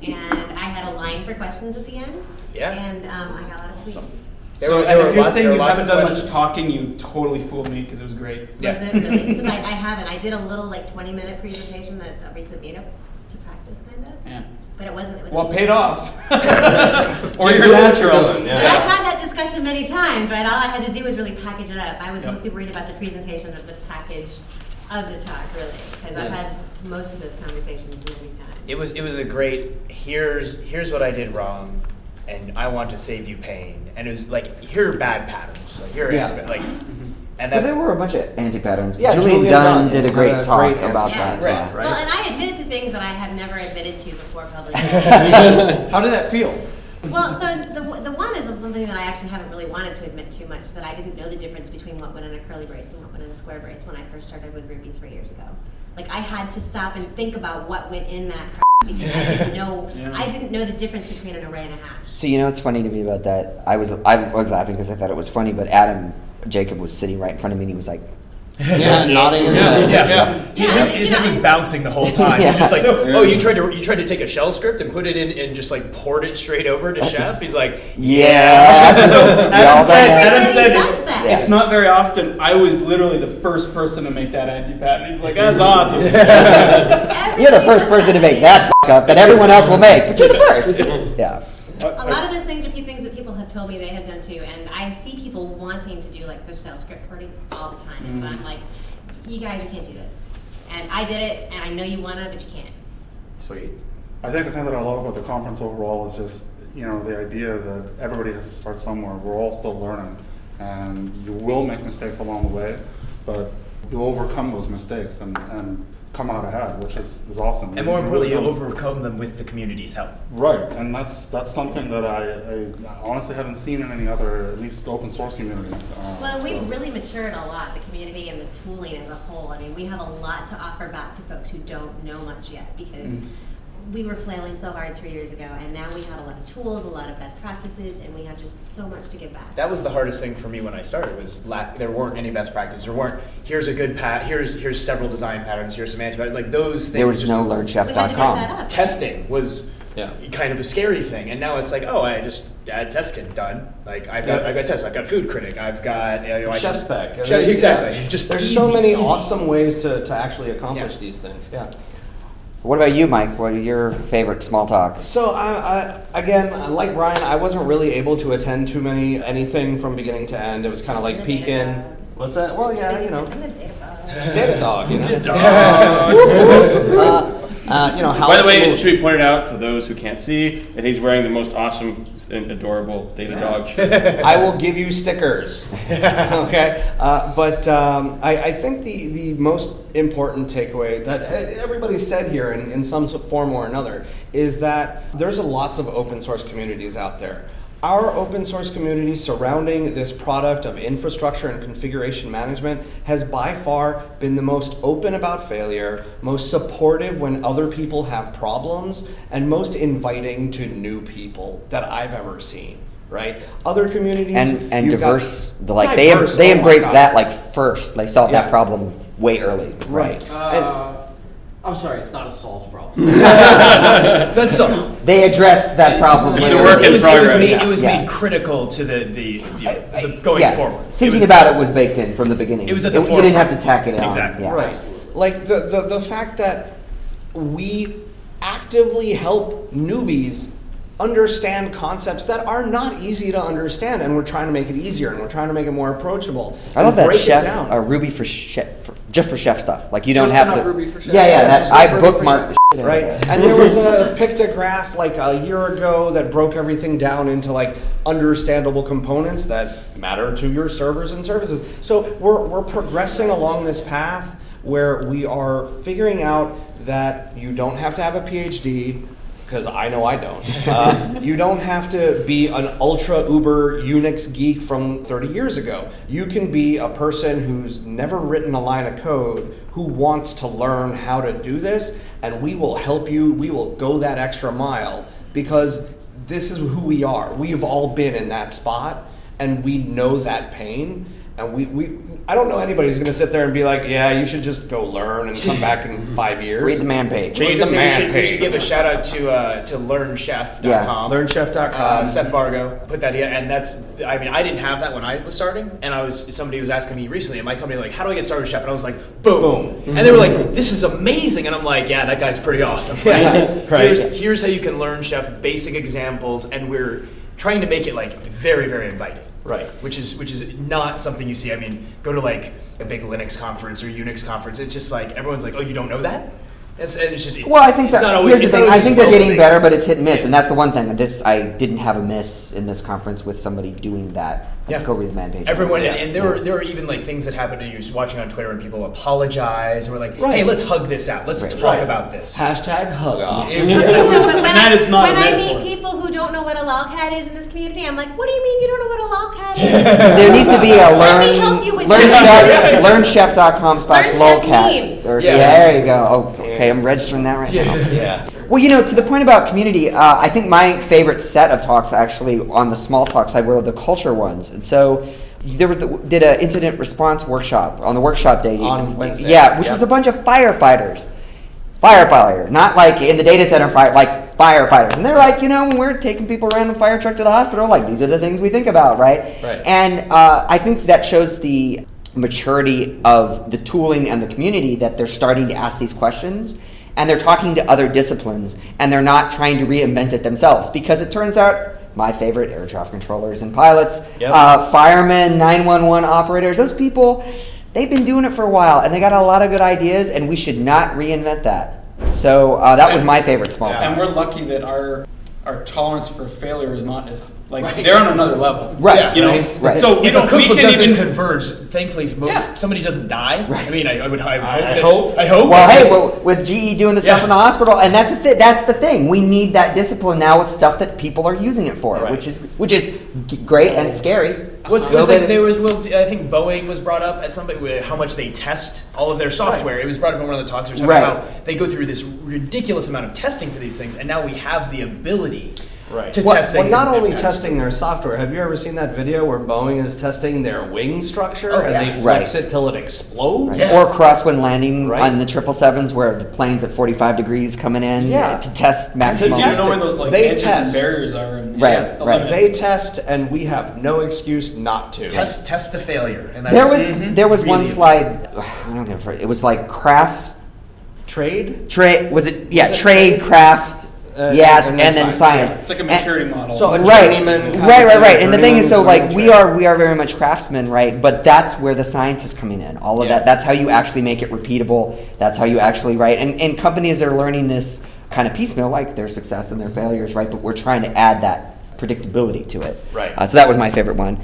[SPEAKER 6] and I had a line for questions at the end.
[SPEAKER 11] Yeah.
[SPEAKER 6] And um, I got a lot of tweets.
[SPEAKER 11] There
[SPEAKER 10] so,
[SPEAKER 11] were- there
[SPEAKER 10] and
[SPEAKER 11] were
[SPEAKER 10] if you're
[SPEAKER 11] lots-
[SPEAKER 10] saying
[SPEAKER 11] there were
[SPEAKER 10] you
[SPEAKER 11] lots
[SPEAKER 10] haven't
[SPEAKER 11] of
[SPEAKER 10] done much
[SPEAKER 11] questions.
[SPEAKER 10] talking, you totally fooled me because it was great.
[SPEAKER 6] Was it really? Because I, I haven't. I did a little like 20 minute presentation at a recent meetup to practice, kind of.
[SPEAKER 10] Yeah.
[SPEAKER 6] but it wasn't. It was
[SPEAKER 10] Well, it paid off.
[SPEAKER 8] Or
[SPEAKER 10] or
[SPEAKER 8] you're
[SPEAKER 10] you're
[SPEAKER 8] natural.
[SPEAKER 10] natural.
[SPEAKER 8] Yeah.
[SPEAKER 6] But I've had that discussion many times, right? All I had to do was really package it up. I was
[SPEAKER 10] Yep.
[SPEAKER 6] mostly worried about the presentation of the package of the talk, really, because I've
[SPEAKER 11] Yeah.
[SPEAKER 6] had most of those conversations many times.
[SPEAKER 11] It was it was a great here's here's what I did wrong and I want to save you pain. And it was like here are bad patterns. Like here are
[SPEAKER 1] Yeah.
[SPEAKER 11] like and
[SPEAKER 1] But
[SPEAKER 11] that's
[SPEAKER 1] there were a bunch of anti-patterns.
[SPEAKER 11] Yeah,
[SPEAKER 1] Julian,
[SPEAKER 11] Julian
[SPEAKER 1] Dunn,
[SPEAKER 11] Dunn
[SPEAKER 1] did a
[SPEAKER 11] had
[SPEAKER 1] great
[SPEAKER 11] a
[SPEAKER 1] talk
[SPEAKER 11] great
[SPEAKER 1] about
[SPEAKER 6] Yeah.
[SPEAKER 1] that.
[SPEAKER 11] Right,
[SPEAKER 1] yeah.
[SPEAKER 11] right.
[SPEAKER 6] Well, and I admitted to things that I have never admitted to before publicly.
[SPEAKER 9] How did that feel?
[SPEAKER 6] Well, so the, the one is something that I actually haven't really wanted to admit too much, that I didn't know the difference between what went in a curly brace and what went in a square brace when I first started with Ruby three years ago. Like, I had to stop and think about what went in that crap because I didn't know, I didn't know the difference between an array and a hash.
[SPEAKER 1] So you know what's funny to me about that? I was I was laughing because I thought it was funny, but Adam Jacob was sitting right in front of me and he was like, yeah, nodding his
[SPEAKER 11] Yeah,
[SPEAKER 1] head.
[SPEAKER 11] yeah. He-
[SPEAKER 6] Yeah,
[SPEAKER 11] his
[SPEAKER 6] I-
[SPEAKER 11] his
[SPEAKER 6] you
[SPEAKER 11] head
[SPEAKER 6] know,
[SPEAKER 11] was
[SPEAKER 6] I-
[SPEAKER 11] bouncing the whole time.
[SPEAKER 1] Yeah.
[SPEAKER 11] He's just like,
[SPEAKER 1] Yeah.
[SPEAKER 11] oh, you tried to you tried to take a shell script and put it in and just like poured it straight over to chef. He's like,
[SPEAKER 1] Yeah.
[SPEAKER 11] So
[SPEAKER 1] Y'all
[SPEAKER 11] Adam
[SPEAKER 1] done
[SPEAKER 11] said,
[SPEAKER 1] that?
[SPEAKER 11] Adam
[SPEAKER 10] Adam
[SPEAKER 11] said
[SPEAKER 10] said
[SPEAKER 11] it's-
[SPEAKER 10] it's, it's not very often. I was literally the first person to make that anti pattern. He's like, that's awesome.
[SPEAKER 1] You're the first person to make that fuck up that everyone else will make, but you're the first. Yeah.
[SPEAKER 6] A lot of those things repeat things that people have told me they have done too, and I see people wanting to do like the sales script wording all the time. And so
[SPEAKER 15] Mm.
[SPEAKER 6] I'm like, you guys, you can't do this. And I did it, and I know you wanna, but you can't.
[SPEAKER 11] Sweet.
[SPEAKER 13] I think the thing that I love about the conference overall is just, you know, the idea that everybody has to start somewhere. We're all still learning. And you will make mistakes along the way, but you'll overcome those mistakes and, and come out ahead, which is, is awesome.
[SPEAKER 11] And more
[SPEAKER 13] You
[SPEAKER 11] importantly,
[SPEAKER 13] really
[SPEAKER 11] you
[SPEAKER 13] don't-
[SPEAKER 11] overcome them with the community's help.
[SPEAKER 13] Right, and that's that's something that I, I honestly haven't seen in any other, at least open source community. Uh,
[SPEAKER 6] Well,
[SPEAKER 13] so-
[SPEAKER 6] we've really matured a lot, the community and the tooling as a whole. I mean, we have a lot to offer back to folks who don't know much yet because
[SPEAKER 15] Mm.
[SPEAKER 6] we were flailing so hard three years ago, and now we have a lot of tools, a lot of best practices, and we have just so much to give back.
[SPEAKER 11] That was the hardest thing for me when I started was lack. There weren't any best practices. There weren't. Here's a good pat. Here's here's several design patterns. Here's some anti Like those things.
[SPEAKER 1] There was
[SPEAKER 11] just-
[SPEAKER 1] no learnchef.com.
[SPEAKER 11] Testing was kind of a scary thing, and now it's like, oh, I just add test kit done. Like I've got
[SPEAKER 12] Yeah.
[SPEAKER 11] I've got tests. I've got food critic. I've got you know, I
[SPEAKER 12] Chef's
[SPEAKER 11] can-
[SPEAKER 12] back.
[SPEAKER 11] Chef- exactly. Just
[SPEAKER 12] there's
[SPEAKER 11] easy,
[SPEAKER 12] so many
[SPEAKER 11] easy.
[SPEAKER 12] awesome ways to, to actually accomplish these things. Yeah.
[SPEAKER 1] What about you, Mike? What are your favorite small talks?
[SPEAKER 12] So I, I again, like Brian, I wasn't really able to attend too many anything from beginning to end. It was kind of like peek in. What's that? Well, yeah, you know, data dog. You know?
[SPEAKER 7] Data
[SPEAKER 5] dog.
[SPEAKER 12] uh, uh, you know how.
[SPEAKER 5] By the way,
[SPEAKER 12] people-
[SPEAKER 5] it should be pointed out to those who can't see that he's wearing the most awesome and adorable Data Dog shirt.
[SPEAKER 12] I will give you stickers. okay, uh, but um, I, I think the, the most important takeaway that e- everybody said here in, in some sort- form or another is that there's lots of open source communities out there. Our open source community surrounding this product of infrastructure and configuration management has by far been the most open about failure, most supportive when other people have problems, and most inviting to new people that I've ever seen. Right? Other communities
[SPEAKER 1] And and
[SPEAKER 12] you've got-
[SPEAKER 1] diverse, the, like they
[SPEAKER 12] Diverse,
[SPEAKER 1] they
[SPEAKER 12] oh my
[SPEAKER 1] embraced
[SPEAKER 12] God.
[SPEAKER 1] that like first. They solved
[SPEAKER 12] Yeah.
[SPEAKER 1] that problem way early.
[SPEAKER 12] Right.
[SPEAKER 9] Uh, I'm sorry, it's not a solved problem.
[SPEAKER 11] Said so.
[SPEAKER 1] They addressed that problem.
[SPEAKER 11] It
[SPEAKER 1] when
[SPEAKER 11] was-
[SPEAKER 1] it was-
[SPEAKER 11] it was- It was made,
[SPEAKER 1] Yeah,
[SPEAKER 11] it was
[SPEAKER 1] yeah.
[SPEAKER 11] made critical to the the, you know, the going
[SPEAKER 1] yeah.
[SPEAKER 11] forward.
[SPEAKER 1] Thinking about it was baked in from the beginning.
[SPEAKER 11] It was at the
[SPEAKER 1] you didn't have
[SPEAKER 11] forefront.
[SPEAKER 1] to tack it on.
[SPEAKER 11] Exactly.
[SPEAKER 1] Yeah.
[SPEAKER 12] Right. Like the, the, the fact that we actively help newbies understand concepts that are not easy to understand and we're trying to make it easier and we're trying to make it more approachable.
[SPEAKER 1] I love
[SPEAKER 12] and
[SPEAKER 1] that
[SPEAKER 12] break
[SPEAKER 1] chef,
[SPEAKER 12] it down.
[SPEAKER 1] uh, Ruby for chef, for, just for chef stuff. Like you don't
[SPEAKER 12] Just
[SPEAKER 1] have
[SPEAKER 12] enough
[SPEAKER 1] to.
[SPEAKER 12] Ruby for chef.
[SPEAKER 1] Yeah, yeah.
[SPEAKER 12] Yeah,
[SPEAKER 1] that,
[SPEAKER 12] just
[SPEAKER 1] I
[SPEAKER 12] Ruby for
[SPEAKER 1] bookmarked. the
[SPEAKER 12] chef.
[SPEAKER 1] shit out of
[SPEAKER 12] right?
[SPEAKER 1] that.
[SPEAKER 12] And there was a pictograph like a year ago that broke everything down into like understandable components that matter to your servers and services. So we're, we're progressing along this path where we are figuring out that you don't have to have a PhD. Because I know I don't. Uh, you don't have to be an ultra uber Unix geek from 30 years ago. You can be a person who's never written a line of code who wants to learn how to do this, and we will help you. We will go that extra mile because this is who we are. We've all been in that spot, and we know that pain. And we, we I don't know anybody who's going to sit there and be like, yeah, you should just go learn and come back in five years.
[SPEAKER 1] Read the man page.
[SPEAKER 12] Read
[SPEAKER 11] Just
[SPEAKER 12] the
[SPEAKER 11] say we, should,
[SPEAKER 12] man
[SPEAKER 11] we should
[SPEAKER 12] page.
[SPEAKER 11] give a shout out to uh, to LearnChef.com.
[SPEAKER 12] Yeah, learnchef.com.
[SPEAKER 11] Uh, Seth Vargo put that in, and that's. I mean, I didn't have that when I was starting, and I was somebody was asking me recently in my company like, "How do I get started with chef?" And I was like, "Boom!" And they were like, "This is amazing," and I'm like, "Yeah, that guy's pretty awesome."
[SPEAKER 12] Yeah, right.
[SPEAKER 11] Here's, here's how you can learn chef basic examples, and we're trying to make it like very very inviting. Right, which is which is not something you see. I mean, go to like a big Linux conference or Unix conference. It's just like everyone's like, "Oh, you don't know that." It's, and it's just, it's,
[SPEAKER 1] well, I think
[SPEAKER 11] it's
[SPEAKER 1] that
[SPEAKER 11] not always,
[SPEAKER 1] here's the
[SPEAKER 11] it's
[SPEAKER 1] thing.
[SPEAKER 11] not
[SPEAKER 1] I
[SPEAKER 11] always
[SPEAKER 1] think
[SPEAKER 11] just
[SPEAKER 1] they're getting
[SPEAKER 11] building.
[SPEAKER 1] better, but it's hit and miss, and that's the one thing. This I didn't have a miss in this conference with somebody doing that.
[SPEAKER 11] Yeah.
[SPEAKER 1] go read the man page.
[SPEAKER 11] Everyone,
[SPEAKER 1] Yeah.
[SPEAKER 11] and, and there were there were even like things that happened. And you're just watching on Twitter, and people apologize, and we're like, "Hey,
[SPEAKER 12] Right.
[SPEAKER 11] let's hug this out. Let's
[SPEAKER 12] Right.
[SPEAKER 11] talk
[SPEAKER 12] Right.
[SPEAKER 11] about this."
[SPEAKER 12] Hashtag hug off.
[SPEAKER 11] It's- it's-
[SPEAKER 6] But when
[SPEAKER 11] that
[SPEAKER 6] I-
[SPEAKER 11] is not a
[SPEAKER 6] When I
[SPEAKER 11] metaphor.
[SPEAKER 6] meet people who don't know what a lolcat is in this community, I'm like, what do you mean you don't know what a lolcat is?
[SPEAKER 1] there needs to be a
[SPEAKER 6] Let me
[SPEAKER 1] learn
[SPEAKER 6] help you with
[SPEAKER 1] learn
[SPEAKER 6] that.
[SPEAKER 1] chef, learnchef.com slash
[SPEAKER 6] Learn chef
[SPEAKER 1] lolcat.
[SPEAKER 6] memes.
[SPEAKER 1] Or-
[SPEAKER 6] Yeah.
[SPEAKER 1] There you go. Oh, okay, I'm registering that right now.
[SPEAKER 11] Yeah.
[SPEAKER 1] Well, you know, to the point about community, uh, I think my favorite set of talks actually on the small talk side were the culture ones, and so. There was the, did an incident response workshop on the workshop day
[SPEAKER 12] On Wednesday.
[SPEAKER 1] Yeah, which
[SPEAKER 12] Yeah.
[SPEAKER 1] was a bunch of firefighters, firefighter, not like in the data center fire, like firefighters. And they're like, you know, when we're taking people around in a fire truck to the hospital, like these are the things we think about, right?
[SPEAKER 12] Right.
[SPEAKER 1] And uh, I think that shows the maturity of the tooling and the community that they're starting to ask these questions and they're talking to other disciplines and they're not trying to reinvent it themselves because it turns out my favorite air traffic controllers and pilots,
[SPEAKER 12] Yep.
[SPEAKER 1] uh, firemen, 911 operators, those people, they've been doing it for a while and they got a lot of good ideas and we should not reinvent that. So uh, that was my favorite small
[SPEAKER 10] And
[SPEAKER 1] town.
[SPEAKER 10] we're lucky that our our tolerance for failure is not as like
[SPEAKER 11] Right.
[SPEAKER 10] they're on another level.
[SPEAKER 1] Right.
[SPEAKER 11] Yeah,
[SPEAKER 10] You know.
[SPEAKER 1] Right.
[SPEAKER 11] So
[SPEAKER 10] So we
[SPEAKER 11] if a
[SPEAKER 10] don't. We
[SPEAKER 11] cookbook
[SPEAKER 10] can
[SPEAKER 11] doesn't
[SPEAKER 10] even.
[SPEAKER 11] converge, thankfully, most somebody doesn't die. I mean, I, I would I would hope.
[SPEAKER 12] I
[SPEAKER 11] that-
[SPEAKER 12] hope.
[SPEAKER 11] I hope.
[SPEAKER 1] Well, hey, well, with GE doing the stuff in the hospital, and that's the thi- that's the thing. We need that discipline now with stuff that people are using it for, which is which is g- great and scary.
[SPEAKER 11] What's
[SPEAKER 1] A little
[SPEAKER 11] what's like
[SPEAKER 1] bit-
[SPEAKER 11] they were well, I think Boeing was brought up at somebody with how much they test all of their software. It was brought up in one of the talks. They're talking
[SPEAKER 1] Right.
[SPEAKER 11] about how they go through this ridiculous amount of testing for these things, and now we have the ability
[SPEAKER 12] Right.
[SPEAKER 11] to
[SPEAKER 12] well,
[SPEAKER 11] test
[SPEAKER 12] well,
[SPEAKER 11] things.
[SPEAKER 12] not
[SPEAKER 11] and-
[SPEAKER 12] only
[SPEAKER 11] and-
[SPEAKER 12] testing their software. Have you ever seen that video where Boeing is testing their wing structure
[SPEAKER 11] Oh,
[SPEAKER 12] and
[SPEAKER 11] yeah.
[SPEAKER 12] they flex
[SPEAKER 1] Right.
[SPEAKER 12] it till it explodes?
[SPEAKER 1] Right. Or crosswind landing
[SPEAKER 12] Right.
[SPEAKER 1] on the triple sevens, where the planes at forty five degrees coming in
[SPEAKER 12] Yeah.
[SPEAKER 1] to test maximum.
[SPEAKER 10] Do you know where those like
[SPEAKER 12] They
[SPEAKER 10] edges
[SPEAKER 12] test.
[SPEAKER 10] and barriers are? And,
[SPEAKER 1] Right,
[SPEAKER 10] yeah, the
[SPEAKER 1] right.
[SPEAKER 10] limit.
[SPEAKER 12] They test, and we have no excuse not to.
[SPEAKER 11] test test to failure. And
[SPEAKER 1] There
[SPEAKER 11] that's-
[SPEAKER 1] was
[SPEAKER 12] Mhm.
[SPEAKER 1] there was one
[SPEAKER 11] Really.
[SPEAKER 1] slide. I don't know. It was like crafts
[SPEAKER 12] trade.
[SPEAKER 1] trade. Was it yeah
[SPEAKER 12] Was it-
[SPEAKER 1] trade craft?
[SPEAKER 12] Uh,
[SPEAKER 1] yeah,
[SPEAKER 12] and
[SPEAKER 1] and, then
[SPEAKER 12] then science,
[SPEAKER 1] science.
[SPEAKER 12] yeah.
[SPEAKER 10] It's like a
[SPEAKER 1] And-
[SPEAKER 10] maturity model.
[SPEAKER 12] So a
[SPEAKER 1] right,
[SPEAKER 12] journeyman kind of
[SPEAKER 1] right, right,
[SPEAKER 12] thing,
[SPEAKER 1] right. And the thing is, so
[SPEAKER 12] journeyman's
[SPEAKER 1] like
[SPEAKER 12] learning
[SPEAKER 1] we
[SPEAKER 12] trade.
[SPEAKER 1] are we are very much craftsmen, right? But that's where the science is coming in. All of
[SPEAKER 12] Yeah.
[SPEAKER 1] that. That's how you actually make it repeatable. That's how you actually write. And and companies are learning this kind of piecemeal, like their success and their failures, right? But we're trying to add that predictability to it.
[SPEAKER 12] Right.
[SPEAKER 1] Uh, so that was my favorite one.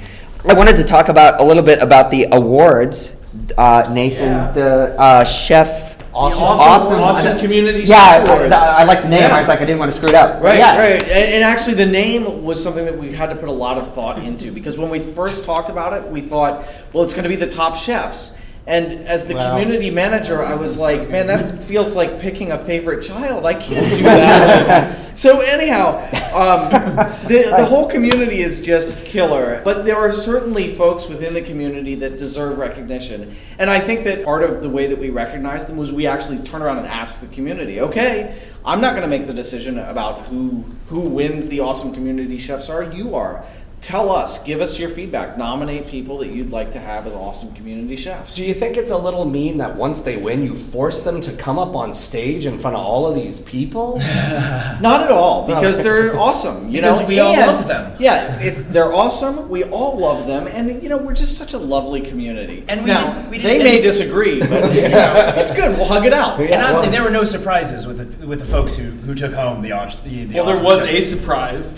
[SPEAKER 1] I wanted to talk about a little bit about the awards. Uh, Nathan,
[SPEAKER 9] Yeah.
[SPEAKER 1] the uh, chef.
[SPEAKER 12] Awesome.
[SPEAKER 9] Awesome- awesome community
[SPEAKER 1] Yeah, I,
[SPEAKER 9] chef awards.
[SPEAKER 1] I, I like the name.
[SPEAKER 9] Yeah.
[SPEAKER 1] I was like, I didn't want to screw it up.
[SPEAKER 9] Right,
[SPEAKER 1] Yeah.
[SPEAKER 9] right. And, and actually, the name was something that we had to put a lot of thought into because when we first talked about it, we thought, well, it's going to be the top chefs. And as the
[SPEAKER 12] Wow.
[SPEAKER 9] community manager, I was like, man, that feels like picking a favorite child. I can't do that. so, anyhow, um, the, the whole community is just killer. But there are certainly folks within the community that deserve recognition. And I think that part of the way that we recognize them was we actually turn around and ask the community, okay, I'm not going to make the decision about who who wins the awesome community chefs are. You are. Tell us, give us your feedback, nominate people that you'd like to have as awesome community chefs.
[SPEAKER 12] Do you think it's a little mean that once they win, you force them to come up on stage in front of all of these people? Oh.
[SPEAKER 9] Not at all, because they're awesome. You
[SPEAKER 11] Because
[SPEAKER 9] know,
[SPEAKER 11] we all
[SPEAKER 9] and-
[SPEAKER 11] love them.
[SPEAKER 9] Yeah, it's they're awesome. We all love them, and you know, we're just such a lovely community.
[SPEAKER 11] And we
[SPEAKER 9] now,
[SPEAKER 11] didn't- we
[SPEAKER 9] they
[SPEAKER 11] didn't-
[SPEAKER 9] may disagree, but you know, it's good. We'll hug it out.
[SPEAKER 11] and honestly,
[SPEAKER 12] well-
[SPEAKER 11] there were no surprises with the with the folks who, who took home the aus- the, the
[SPEAKER 10] Well, there
[SPEAKER 11] awesome
[SPEAKER 10] was
[SPEAKER 11] show.
[SPEAKER 10] a surprise.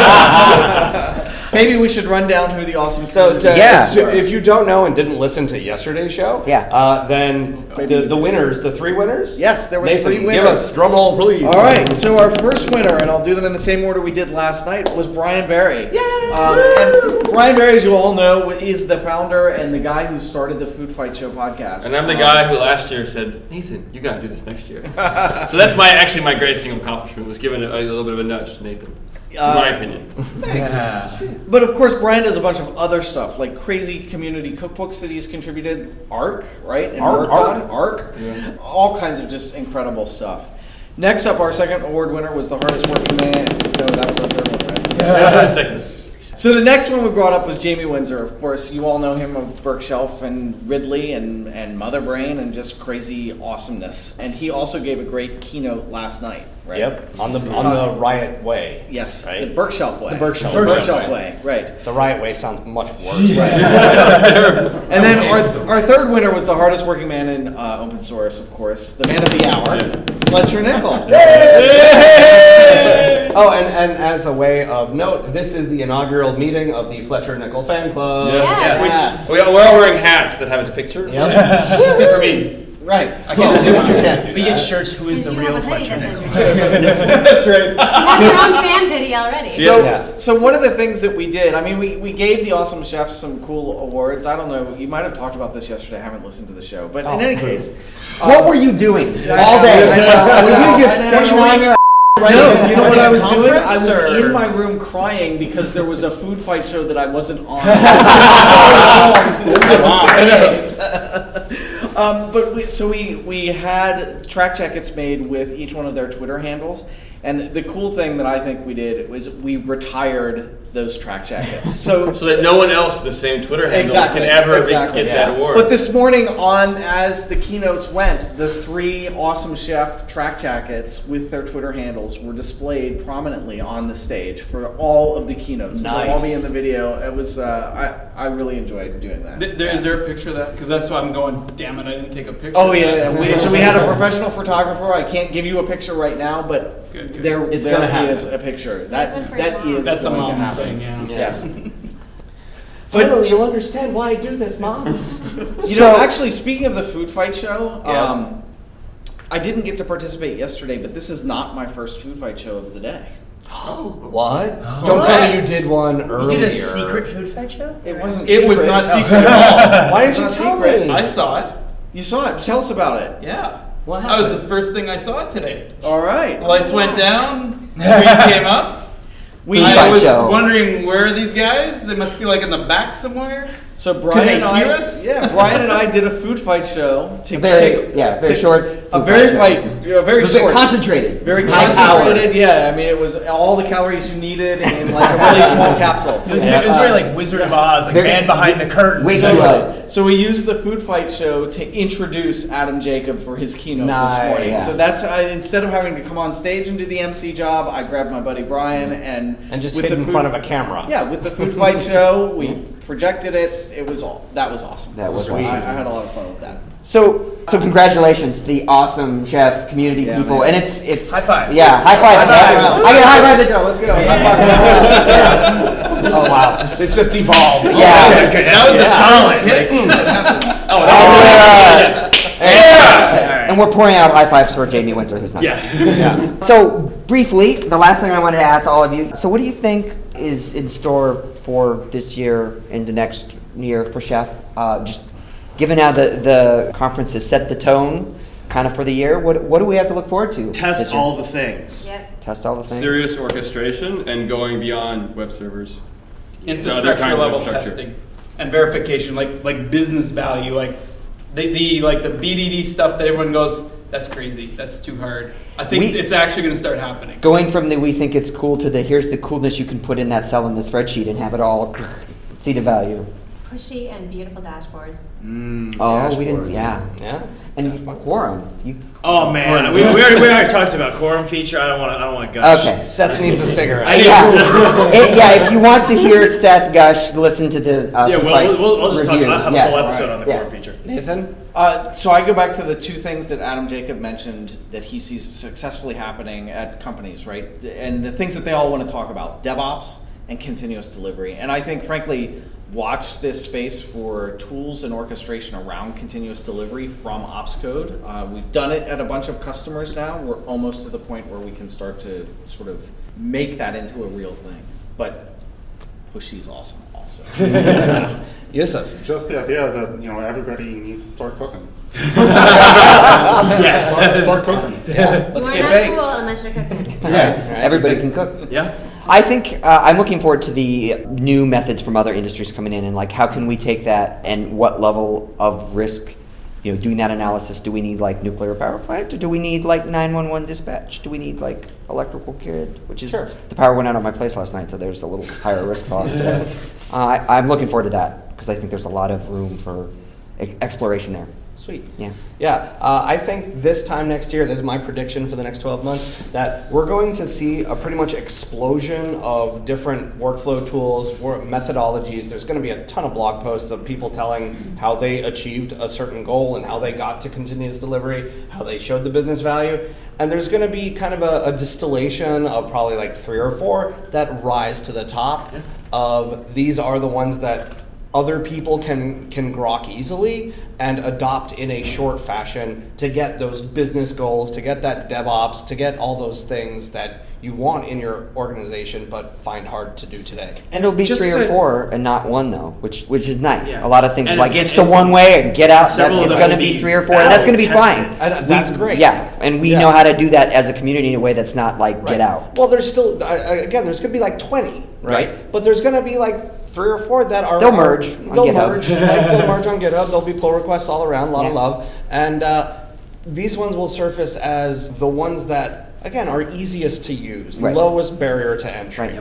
[SPEAKER 9] Maybe we should run down who the awesome.
[SPEAKER 12] So
[SPEAKER 9] community
[SPEAKER 12] to,
[SPEAKER 9] chefs
[SPEAKER 12] to-
[SPEAKER 9] are.
[SPEAKER 12] uh, if you don't know and didn't listen to yesterday's show,
[SPEAKER 1] Yeah.
[SPEAKER 12] uh, then the, the winners, the three winners.
[SPEAKER 9] Yes, there were
[SPEAKER 12] Nathan,
[SPEAKER 9] three winners.
[SPEAKER 12] Give us drum roll, please.
[SPEAKER 9] All right, so our first winner, and I'll do them in the same order we did last night, was Brian Barry. Um, and Brian Barry, as you all know, is the founder and the guy who started the Food Fight Show podcast.
[SPEAKER 5] And I'm the
[SPEAKER 9] Um,
[SPEAKER 5] guy who last year said, Nathan, you got to do this next year. so that's my actually my greatest single accomplishment was giving a, a little bit of a nudge to Nathan.
[SPEAKER 9] Uh,
[SPEAKER 5] my opinion.
[SPEAKER 9] Thanks. But of course, Brian does a bunch of other stuff, like crazy community cookbooks that he's contributed, ARC, right? And
[SPEAKER 11] Arc,
[SPEAKER 9] worked
[SPEAKER 11] Arc.
[SPEAKER 9] on, ARC. All kinds of just incredible stuff. Next up, our second award winner was the hardest working man. No, that was our third one, guys.
[SPEAKER 5] Yeah, second.
[SPEAKER 9] So the next one we brought up was Jamie Windsor. Of course, you all know him of Burke Shelf and Ridley and, and Mother Brain and just crazy awesomeness. And he also gave a great keynote last night, right?
[SPEAKER 12] Yep, on the on the riot way.
[SPEAKER 9] Uh, Yes, the Burke Shelf way.
[SPEAKER 12] The Burke Shelf,
[SPEAKER 9] Burke
[SPEAKER 12] way.
[SPEAKER 9] Shelf way, right.
[SPEAKER 12] The riot way sounds much worse.
[SPEAKER 9] and then our, th- our third winner was the hardest working man in uh, open source, of course, the man of the hour, Fletcher Nickel.
[SPEAKER 12] Oh, and, and as a way of note, this is the inaugural meeting of the Fletcher Nickel Fan Club.
[SPEAKER 5] Yes. Yes. Which- we are- we're all wearing hats that have his picture.
[SPEAKER 12] Yep.
[SPEAKER 5] Except for me.
[SPEAKER 9] Right.
[SPEAKER 11] I can't see
[SPEAKER 12] Well,
[SPEAKER 11] one.
[SPEAKER 12] you can't do
[SPEAKER 11] We get
[SPEAKER 12] that.
[SPEAKER 11] shirts. Who is the
[SPEAKER 6] have
[SPEAKER 11] real
[SPEAKER 6] a hoodie
[SPEAKER 11] Fletcher
[SPEAKER 6] that
[SPEAKER 11] Nickel?
[SPEAKER 9] That's right.
[SPEAKER 6] You have your own fan video already.
[SPEAKER 9] So, so one of the things that we did, I mean, we, we gave the awesome chefs some cool awards. I don't know, you might have talked about this yesterday. I haven't listened to the show, but in any case, um,
[SPEAKER 1] what were you doing
[SPEAKER 9] I
[SPEAKER 1] all
[SPEAKER 9] know,
[SPEAKER 1] day?
[SPEAKER 9] I know,
[SPEAKER 1] were
[SPEAKER 9] I
[SPEAKER 1] you just
[SPEAKER 9] know, I
[SPEAKER 1] sitting
[SPEAKER 9] know.
[SPEAKER 1] on your
[SPEAKER 9] no, you know what I was doing? I
[SPEAKER 1] Conference,
[SPEAKER 9] was
[SPEAKER 1] or-
[SPEAKER 9] in my room crying because there was a food fight show that I wasn't on. It's been so long since I was on days. um, but we, so we we had track jackets made with each one of their Twitter handles, and the cool thing that I think we did was we retired those track jackets. So,
[SPEAKER 5] so that no one else with the same Twitter handle
[SPEAKER 9] Exactly,
[SPEAKER 5] can ever be-
[SPEAKER 9] exactly,
[SPEAKER 5] get
[SPEAKER 9] yeah.
[SPEAKER 5] that award.
[SPEAKER 9] But this morning, on as the keynotes went, the three awesome chef track jackets with their Twitter handles were displayed prominently on the stage for all of the keynotes. They'll all be
[SPEAKER 10] Nice.
[SPEAKER 9] in the video. It was uh, I I really enjoyed doing that.
[SPEAKER 10] Th- there, is there a picture of that? Because that's why I'm going. Damn it! I didn't take a picture.
[SPEAKER 9] Oh
[SPEAKER 10] of
[SPEAKER 9] yeah,
[SPEAKER 10] that."
[SPEAKER 9] yeah. We- so we had a professional photographer. I can't give you a picture right now, but
[SPEAKER 10] Good, good.
[SPEAKER 9] there
[SPEAKER 10] It's
[SPEAKER 9] there
[SPEAKER 10] gonna happen.
[SPEAKER 9] is a picture.
[SPEAKER 10] That's
[SPEAKER 9] That
[SPEAKER 10] been
[SPEAKER 9] that
[SPEAKER 10] for a
[SPEAKER 9] is
[SPEAKER 10] while. That's a
[SPEAKER 9] going to
[SPEAKER 10] mom
[SPEAKER 9] happen.
[SPEAKER 10] thing, yeah. Yeah.
[SPEAKER 9] Yes.
[SPEAKER 1] Finally, you'll understand why I do this, mom.
[SPEAKER 9] You
[SPEAKER 1] So-
[SPEAKER 9] know, actually, speaking of the food fight show,
[SPEAKER 1] Yeah.
[SPEAKER 9] um, I didn't get to participate yesterday, but this is not my first food fight show of the day.
[SPEAKER 12] What?
[SPEAKER 10] Oh.
[SPEAKER 12] Don't tell me you did one earlier.
[SPEAKER 9] food fight show? It wasn't.
[SPEAKER 10] It was not secret at all.
[SPEAKER 9] Why did you tell me?
[SPEAKER 10] I saw it.
[SPEAKER 9] You saw it. Tell us about it.
[SPEAKER 10] Yeah.
[SPEAKER 9] What
[SPEAKER 10] That was
[SPEAKER 9] happened?
[SPEAKER 10] the first thing I saw today.
[SPEAKER 9] All right.
[SPEAKER 10] Lights went down. Screens came up.
[SPEAKER 9] We-
[SPEAKER 10] I was
[SPEAKER 9] Show.
[SPEAKER 10] wondering where are these guys? They must be like in the back somewhere.
[SPEAKER 9] So Brian
[SPEAKER 10] they
[SPEAKER 9] and I,
[SPEAKER 10] hear us?
[SPEAKER 9] yeah, Brian and I did a food fight show to
[SPEAKER 10] Very-
[SPEAKER 9] kick-
[SPEAKER 10] yeah, very
[SPEAKER 9] to-
[SPEAKER 10] short
[SPEAKER 9] a
[SPEAKER 10] food
[SPEAKER 9] very
[SPEAKER 10] fight
[SPEAKER 9] fight,
[SPEAKER 10] show.
[SPEAKER 9] a
[SPEAKER 10] Very
[SPEAKER 9] very short,
[SPEAKER 10] concentrated.
[SPEAKER 9] very
[SPEAKER 10] High power.
[SPEAKER 9] concentrated. Yeah, I mean it was all the calories you needed in like a really small capsule.
[SPEAKER 11] It was, it was very like Wizard of Oz, like
[SPEAKER 9] Very-
[SPEAKER 11] man behind the curtain.
[SPEAKER 9] so, so we used the food fight show to introduce Adam Jacob for his keynote this morning.
[SPEAKER 12] Nice.
[SPEAKER 9] So that's I, instead of having to come on stage and do the MC job, I grabbed my buddy Brian and
[SPEAKER 12] And just
[SPEAKER 9] with
[SPEAKER 12] hid
[SPEAKER 9] the
[SPEAKER 12] in
[SPEAKER 9] food-
[SPEAKER 12] front of a camera.
[SPEAKER 9] Yeah, with the food fight show, we projected it. It was all that was awesome.
[SPEAKER 1] That was
[SPEAKER 9] Sweet. I,
[SPEAKER 1] awesome.
[SPEAKER 9] I had a lot of fun with that.
[SPEAKER 1] So, so congratulations, to the awesome chef community people,
[SPEAKER 9] man.
[SPEAKER 1] and it's it's
[SPEAKER 9] High five.
[SPEAKER 1] Yeah, high five.
[SPEAKER 9] High five.
[SPEAKER 1] I get high five.
[SPEAKER 9] Let's
[SPEAKER 1] the-
[SPEAKER 9] go, let's go. High
[SPEAKER 1] Yeah.
[SPEAKER 9] five.
[SPEAKER 1] Oh wow,
[SPEAKER 11] it's just evolved.
[SPEAKER 1] Yeah,
[SPEAKER 11] That was a good- that was a solid,
[SPEAKER 1] oh, And we're pouring out high fives for Jamie Windsor, who's not.
[SPEAKER 11] Yeah.
[SPEAKER 1] here. So briefly, the last thing I wanted to ask all of you. So, what do you think is in store for this year and the next year for Chef? Uh, just given how the the conference has set the tone, kind of for the year. What what do we have to look forward to? this
[SPEAKER 11] Test
[SPEAKER 1] year?
[SPEAKER 11] all the things.
[SPEAKER 1] Test all the things.
[SPEAKER 5] Serious orchestration and going beyond web servers. to other
[SPEAKER 10] infrastructure
[SPEAKER 5] kinds of
[SPEAKER 10] level
[SPEAKER 5] structure.
[SPEAKER 10] testing and verification, like like business value, like the, the like the BDD stuff that everyone goes, that's crazy, that's too hard. I think
[SPEAKER 1] We-
[SPEAKER 10] it's actually going to start happening.
[SPEAKER 1] Going from the we think it's cool to the here's the coolness you can put in that cell in the spreadsheet and have it all see the value.
[SPEAKER 6] Pushy and beautiful dashboards.
[SPEAKER 1] oh, we didn't.
[SPEAKER 11] Mm, dashboards.
[SPEAKER 1] Yeah. Yeah. And quorum. You,
[SPEAKER 11] Oh man, we, we, already, we already talked about quorum feature. I don't want to. I don't want to gush.
[SPEAKER 1] Okay.
[SPEAKER 11] I need-
[SPEAKER 1] yeah. It- yeah. If you want to hear Seth gush, listen to the. Uh,
[SPEAKER 11] yeah, we'll,
[SPEAKER 1] fight
[SPEAKER 11] we'll, we'll, we'll just
[SPEAKER 1] review.
[SPEAKER 11] talk. I'll have
[SPEAKER 1] Yeah.
[SPEAKER 11] a whole episode
[SPEAKER 1] Alright.
[SPEAKER 11] on the
[SPEAKER 1] Yeah.
[SPEAKER 11] quorum feature.
[SPEAKER 9] Nathan? Uh, so I go back to the two things that Adam Jacob mentioned that he sees successfully happening at companies, right? And the things that they all want to talk about DevOps and continuous delivery. And I think, frankly, watch this space for tools and orchestration around continuous delivery from ops code. Uh, we've done it at a bunch of customers now. We're almost to the point where we can start to sort of make that into a real thing. But Pushy's awesome, also.
[SPEAKER 12] Yusuf.
[SPEAKER 13] Just the idea that you know everybody needs to start cooking.
[SPEAKER 11] Yes.
[SPEAKER 13] Start, start cooking.
[SPEAKER 6] you are not cool unless you're cooking.
[SPEAKER 1] Everybody can cook.
[SPEAKER 11] Yeah.
[SPEAKER 1] I think uh, I'm looking forward to the new methods from other industries coming in, and like how can we take that and what level of risk, you know, doing that analysis. Do we need like nuclear power plant, or do we need like 911 dispatch? Do we need like electrical grid, which is
[SPEAKER 14] Sure.
[SPEAKER 1] the power went out on my place last night, so there's a little higher risk on. So, uh, I, I'm looking forward to that because I think there's a lot of room for e- exploration there.
[SPEAKER 12] Sweet.
[SPEAKER 1] Yeah.
[SPEAKER 12] Yeah, uh, I think this time next year, this is my prediction for the next 12 months, that we're going to see a pretty much explosion of different workflow tools, work methodologies. There's going to be a ton of blog posts of people telling how they achieved a certain goal and how they got to continuous delivery, how they showed the business value. And there's going to be kind of a, a distillation of probably like three or four that rise to the top of these are the ones that other people can can grok easily and adopt in a short fashion to get those business goals, to get that DevOps, to get all those things that you want in your organization but find hard to do today.
[SPEAKER 1] And it'll be
[SPEAKER 12] Just
[SPEAKER 1] three
[SPEAKER 12] so-
[SPEAKER 1] or four and not one though, which which is nice. A
[SPEAKER 12] Yeah.
[SPEAKER 1] lot of things
[SPEAKER 12] And
[SPEAKER 1] like
[SPEAKER 12] again,
[SPEAKER 1] it's the
[SPEAKER 12] and
[SPEAKER 1] one way and get out. That's,
[SPEAKER 12] several of
[SPEAKER 1] it's
[SPEAKER 12] them
[SPEAKER 1] going to
[SPEAKER 12] will
[SPEAKER 1] be
[SPEAKER 12] be
[SPEAKER 1] three or four, and that's going to be
[SPEAKER 12] battle
[SPEAKER 1] fine.
[SPEAKER 12] tested. And that's
[SPEAKER 1] We-
[SPEAKER 12] great.
[SPEAKER 1] Yeah, and we know how to do that as a community in a way that's not like get out.
[SPEAKER 12] Well, there's still uh, uh, again, there's going to be like 20, right?
[SPEAKER 1] Right.
[SPEAKER 12] But there's going to be like three or four that are
[SPEAKER 1] They'll merge
[SPEAKER 12] are-
[SPEAKER 1] on
[SPEAKER 12] they'll
[SPEAKER 1] GitHub.
[SPEAKER 12] merge. like, they'll merge on GitHub. There'll be pull requests all around. A lot of
[SPEAKER 1] Yeah.
[SPEAKER 12] love, and uh, these ones will surface as the ones that again are easiest to use,
[SPEAKER 9] Right.
[SPEAKER 12] lowest barrier to entry.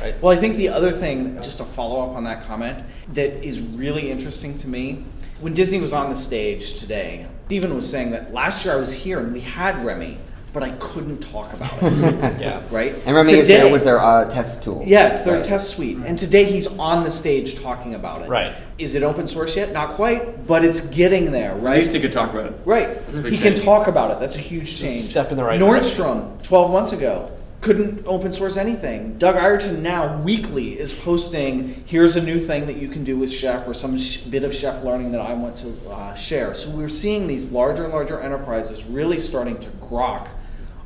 [SPEAKER 12] Right.
[SPEAKER 9] Well, I think the other thing, just to follow up on that comment, that is really interesting to me. When Disney was on the stage today, Steven was saying that last year I was here and we had Remy, but I couldn't talk about it. Right?
[SPEAKER 1] And Remy is
[SPEAKER 9] Today-
[SPEAKER 1] there was their uh, test tool.
[SPEAKER 9] Yeah, it's their
[SPEAKER 1] Right.
[SPEAKER 9] test suite. And today he's on the stage talking about it. Right. Is it open source yet? Not quite, but it's getting there, right?
[SPEAKER 5] At least he could talk about it.
[SPEAKER 9] Right.
[SPEAKER 5] That's a big
[SPEAKER 9] He can
[SPEAKER 5] change.
[SPEAKER 9] talk about it. That's a huge
[SPEAKER 5] It's a
[SPEAKER 9] change.
[SPEAKER 5] step in the right
[SPEAKER 9] Nordstrom, 12 months ago, couldn't open source anything. Doug Ireton now weekly is posting, here's a new thing that you can do with Chef or some sh- bit of Chef learning that I want to uh, share. So we're seeing these larger and larger enterprises really starting to grok.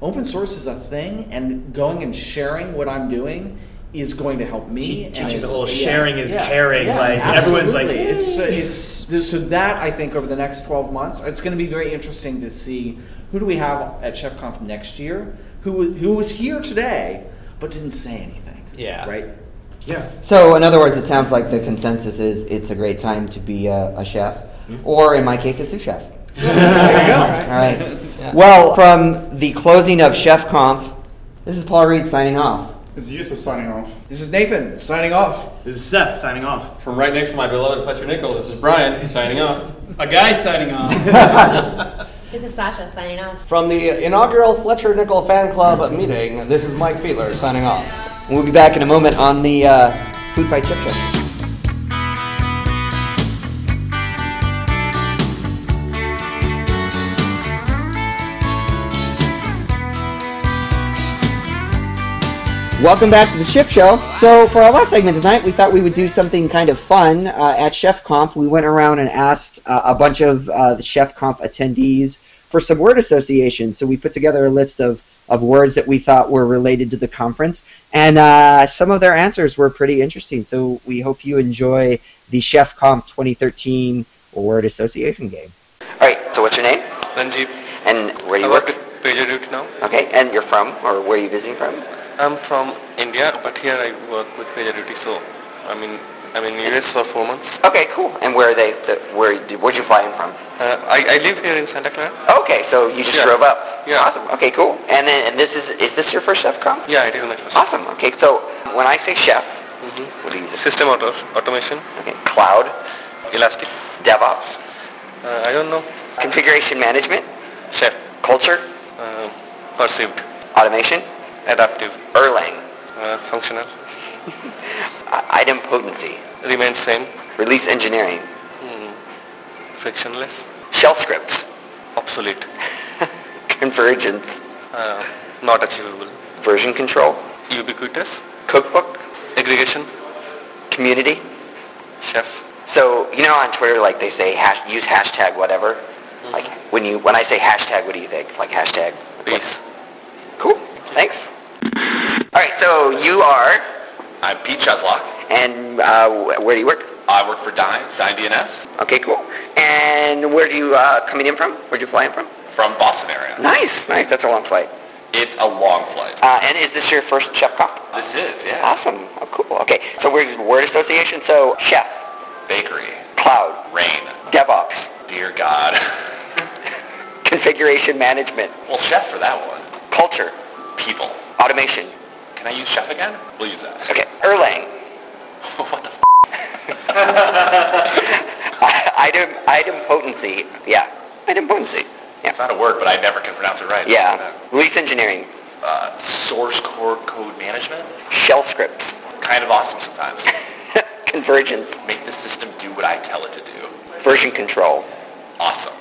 [SPEAKER 9] Open source is a thing, and going and sharing what I'm doing is going to help me.
[SPEAKER 11] Te-
[SPEAKER 9] and
[SPEAKER 11] teaches
[SPEAKER 9] it's-
[SPEAKER 11] a little sharing is caring, like,
[SPEAKER 9] absolutely.
[SPEAKER 11] everyone's like,
[SPEAKER 9] it's, it's this- so that I think over the next 12 months, it's going to be very interesting to see who do we have at ChefConf next year, who who was here today but didn't say anything. Yeah. Right.
[SPEAKER 11] Yeah.
[SPEAKER 1] So, in other words, it sounds like the consensus is it's a great time to be a, a chef,
[SPEAKER 12] Mm-hmm.
[SPEAKER 1] or in my case, a sous chef.
[SPEAKER 9] there you go.
[SPEAKER 1] All right. Well, from the closing of Chef Conf, this is Paul Reed signing off.
[SPEAKER 9] This is Yusuf signing off. This is Nathan signing off.
[SPEAKER 11] This is Seth signing off.
[SPEAKER 5] From right next to my beloved Fletcher Nickel, this is Brian signing off.
[SPEAKER 10] A guy signing off.
[SPEAKER 6] This is Sasha signing off.
[SPEAKER 12] From the inaugural Fletcher Nickel Fan Club meeting, this is Mike Fiedler signing off.
[SPEAKER 1] We'll be back in a moment on the uh, Food Fight Chip Show. Welcome back to the Ship Show. So, for our last segment tonight, we thought we would do something kind of fun. Uh, at Chef Conf, we went around and asked uh, a bunch of uh, the Chef Conf attendees for some word associations. So, we put together a list of, of words that we thought were related to the conference, and uh, some of their answers were pretty interesting. So, we hope you enjoy the Chef Conf 2013 word association game. All right, so what's your name?
[SPEAKER 15] Ranjit.
[SPEAKER 1] And where do
[SPEAKER 15] I
[SPEAKER 1] you
[SPEAKER 15] work
[SPEAKER 1] work?
[SPEAKER 15] at Pagerduty now.
[SPEAKER 1] Okay, and you're from, or where are you visiting from?
[SPEAKER 15] I'm from India, but here I work with Pagerduty, so I'm in, I'm in US for four months.
[SPEAKER 1] Okay, cool. And where are they? The, where where'd you fly in from?
[SPEAKER 15] Uh, I, I live here in Santa Clara.
[SPEAKER 1] Okay, so you just
[SPEAKER 15] Yeah.
[SPEAKER 1] drove up.
[SPEAKER 15] Yeah.
[SPEAKER 1] Awesome. Okay, cool. And then and this is is this your first chef comp?
[SPEAKER 15] Yeah, it is my first.
[SPEAKER 1] Awesome. Okay, so when I say chef,
[SPEAKER 15] Mhm.
[SPEAKER 1] what do you
[SPEAKER 15] System auto, automation.
[SPEAKER 1] Okay. Cloud,
[SPEAKER 15] Elastic.
[SPEAKER 1] DevOps,
[SPEAKER 15] Uh, I don't know.
[SPEAKER 1] configuration management,
[SPEAKER 15] Chef.
[SPEAKER 1] culture,
[SPEAKER 15] Uh, perceived.
[SPEAKER 1] automation,
[SPEAKER 15] Adaptive.
[SPEAKER 1] Erlang,
[SPEAKER 15] Uh, functional.
[SPEAKER 1] i- item potency,
[SPEAKER 15] Remains same.
[SPEAKER 1] release engineering,
[SPEAKER 15] Mm, frictionless.
[SPEAKER 1] shell scripts,
[SPEAKER 15] Obsolete.
[SPEAKER 1] convergence,
[SPEAKER 15] Uh, not achievable.
[SPEAKER 1] version control,
[SPEAKER 15] Ubiquitous.
[SPEAKER 1] cookbook,
[SPEAKER 15] Aggregation.
[SPEAKER 1] community.
[SPEAKER 15] Chef.
[SPEAKER 1] So you know on Twitter, like they say, hash, use hashtag whatever.
[SPEAKER 16] Mm-hmm.
[SPEAKER 1] Like when you when I say hashtag, what do you think? Like hashtag. Peace. Cool. Thanks. All right. So you are.
[SPEAKER 17] I'm Pete Cheslock.
[SPEAKER 1] And uh, wh- where do you work?
[SPEAKER 17] I work for Dine, Dine DNS,
[SPEAKER 1] Okay, cool. And where do you uh, coming in from? Where'd you fly in from?
[SPEAKER 17] from Boston area.
[SPEAKER 1] Nice, nice. That's a long flight.
[SPEAKER 17] It's a long flight.
[SPEAKER 18] Uh, and is this your first chef comp?
[SPEAKER 17] This is, yeah.
[SPEAKER 18] Awesome. Oh, cool. Okay. So we're using word association. So chef,
[SPEAKER 17] Bakery.
[SPEAKER 18] cloud,
[SPEAKER 17] Rain.
[SPEAKER 18] DevOps,
[SPEAKER 17] Dear God.
[SPEAKER 18] configuration management,
[SPEAKER 17] well, chef for that one.
[SPEAKER 18] culture,
[SPEAKER 17] People.
[SPEAKER 18] automation.
[SPEAKER 17] Can I use chef again? We'll use that.
[SPEAKER 18] Okay. Erlang.
[SPEAKER 17] what the f-
[SPEAKER 18] item item potency. Yeah. Item potency.
[SPEAKER 17] It's not a word, but I never can pronounce it right.
[SPEAKER 18] Yeah. Release engineering.
[SPEAKER 17] Uh, source core code management.
[SPEAKER 18] Shell scripts.
[SPEAKER 17] Kind of awesome sometimes.
[SPEAKER 18] Convergence.
[SPEAKER 17] Make the system do what I tell it to do.
[SPEAKER 18] Version control.
[SPEAKER 17] Awesome.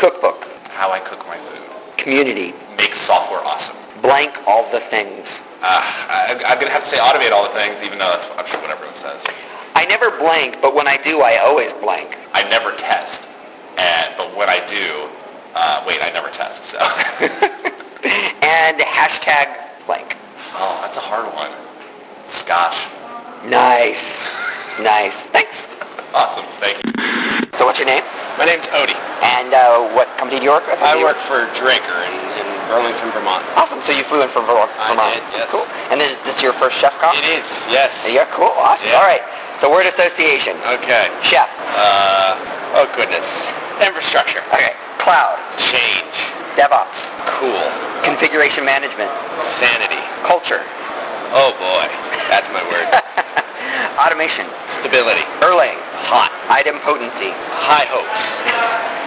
[SPEAKER 18] Cookbook.
[SPEAKER 17] How I cook my food.
[SPEAKER 18] Community.
[SPEAKER 17] Make software awesome.
[SPEAKER 18] Blank all the things.
[SPEAKER 17] Uh, I, I'm going to have to say automate all the things, even though that's, I'm sure what everyone says.
[SPEAKER 18] I never blank, but when I do, I always blank.
[SPEAKER 17] I never test, and but when I do, uh, wait, I never test. So,
[SPEAKER 18] And hashtag blank.
[SPEAKER 17] oh, that's a hard one. Scotch,
[SPEAKER 18] Nice. Nice. Thanks.
[SPEAKER 17] awesome, thank you.
[SPEAKER 18] So what's your name?
[SPEAKER 17] My name's Odie.
[SPEAKER 18] And uh, what company do you work with?
[SPEAKER 17] I work for Draker in, in Burlington, Vermont.
[SPEAKER 18] Awesome. So you flew in from Vermont.
[SPEAKER 17] I did, yes.
[SPEAKER 18] Cool. And this, this is your first chef comp?
[SPEAKER 17] It is, yes.
[SPEAKER 18] Yeah, cool. Awesome.
[SPEAKER 17] Yeah.
[SPEAKER 18] All right. So word association.
[SPEAKER 17] Okay.
[SPEAKER 18] Chef.
[SPEAKER 17] Uh, oh goodness. Infrastructure.
[SPEAKER 18] Okay. Cloud.
[SPEAKER 17] Change.
[SPEAKER 18] DevOps.
[SPEAKER 17] Cool.
[SPEAKER 18] Configuration management.
[SPEAKER 17] Sanity.
[SPEAKER 18] Culture.
[SPEAKER 17] Oh boy, that's my word.
[SPEAKER 18] Automation.
[SPEAKER 17] Stability.
[SPEAKER 18] Erlang.
[SPEAKER 17] Hot.
[SPEAKER 18] Item potency.
[SPEAKER 17] High hopes.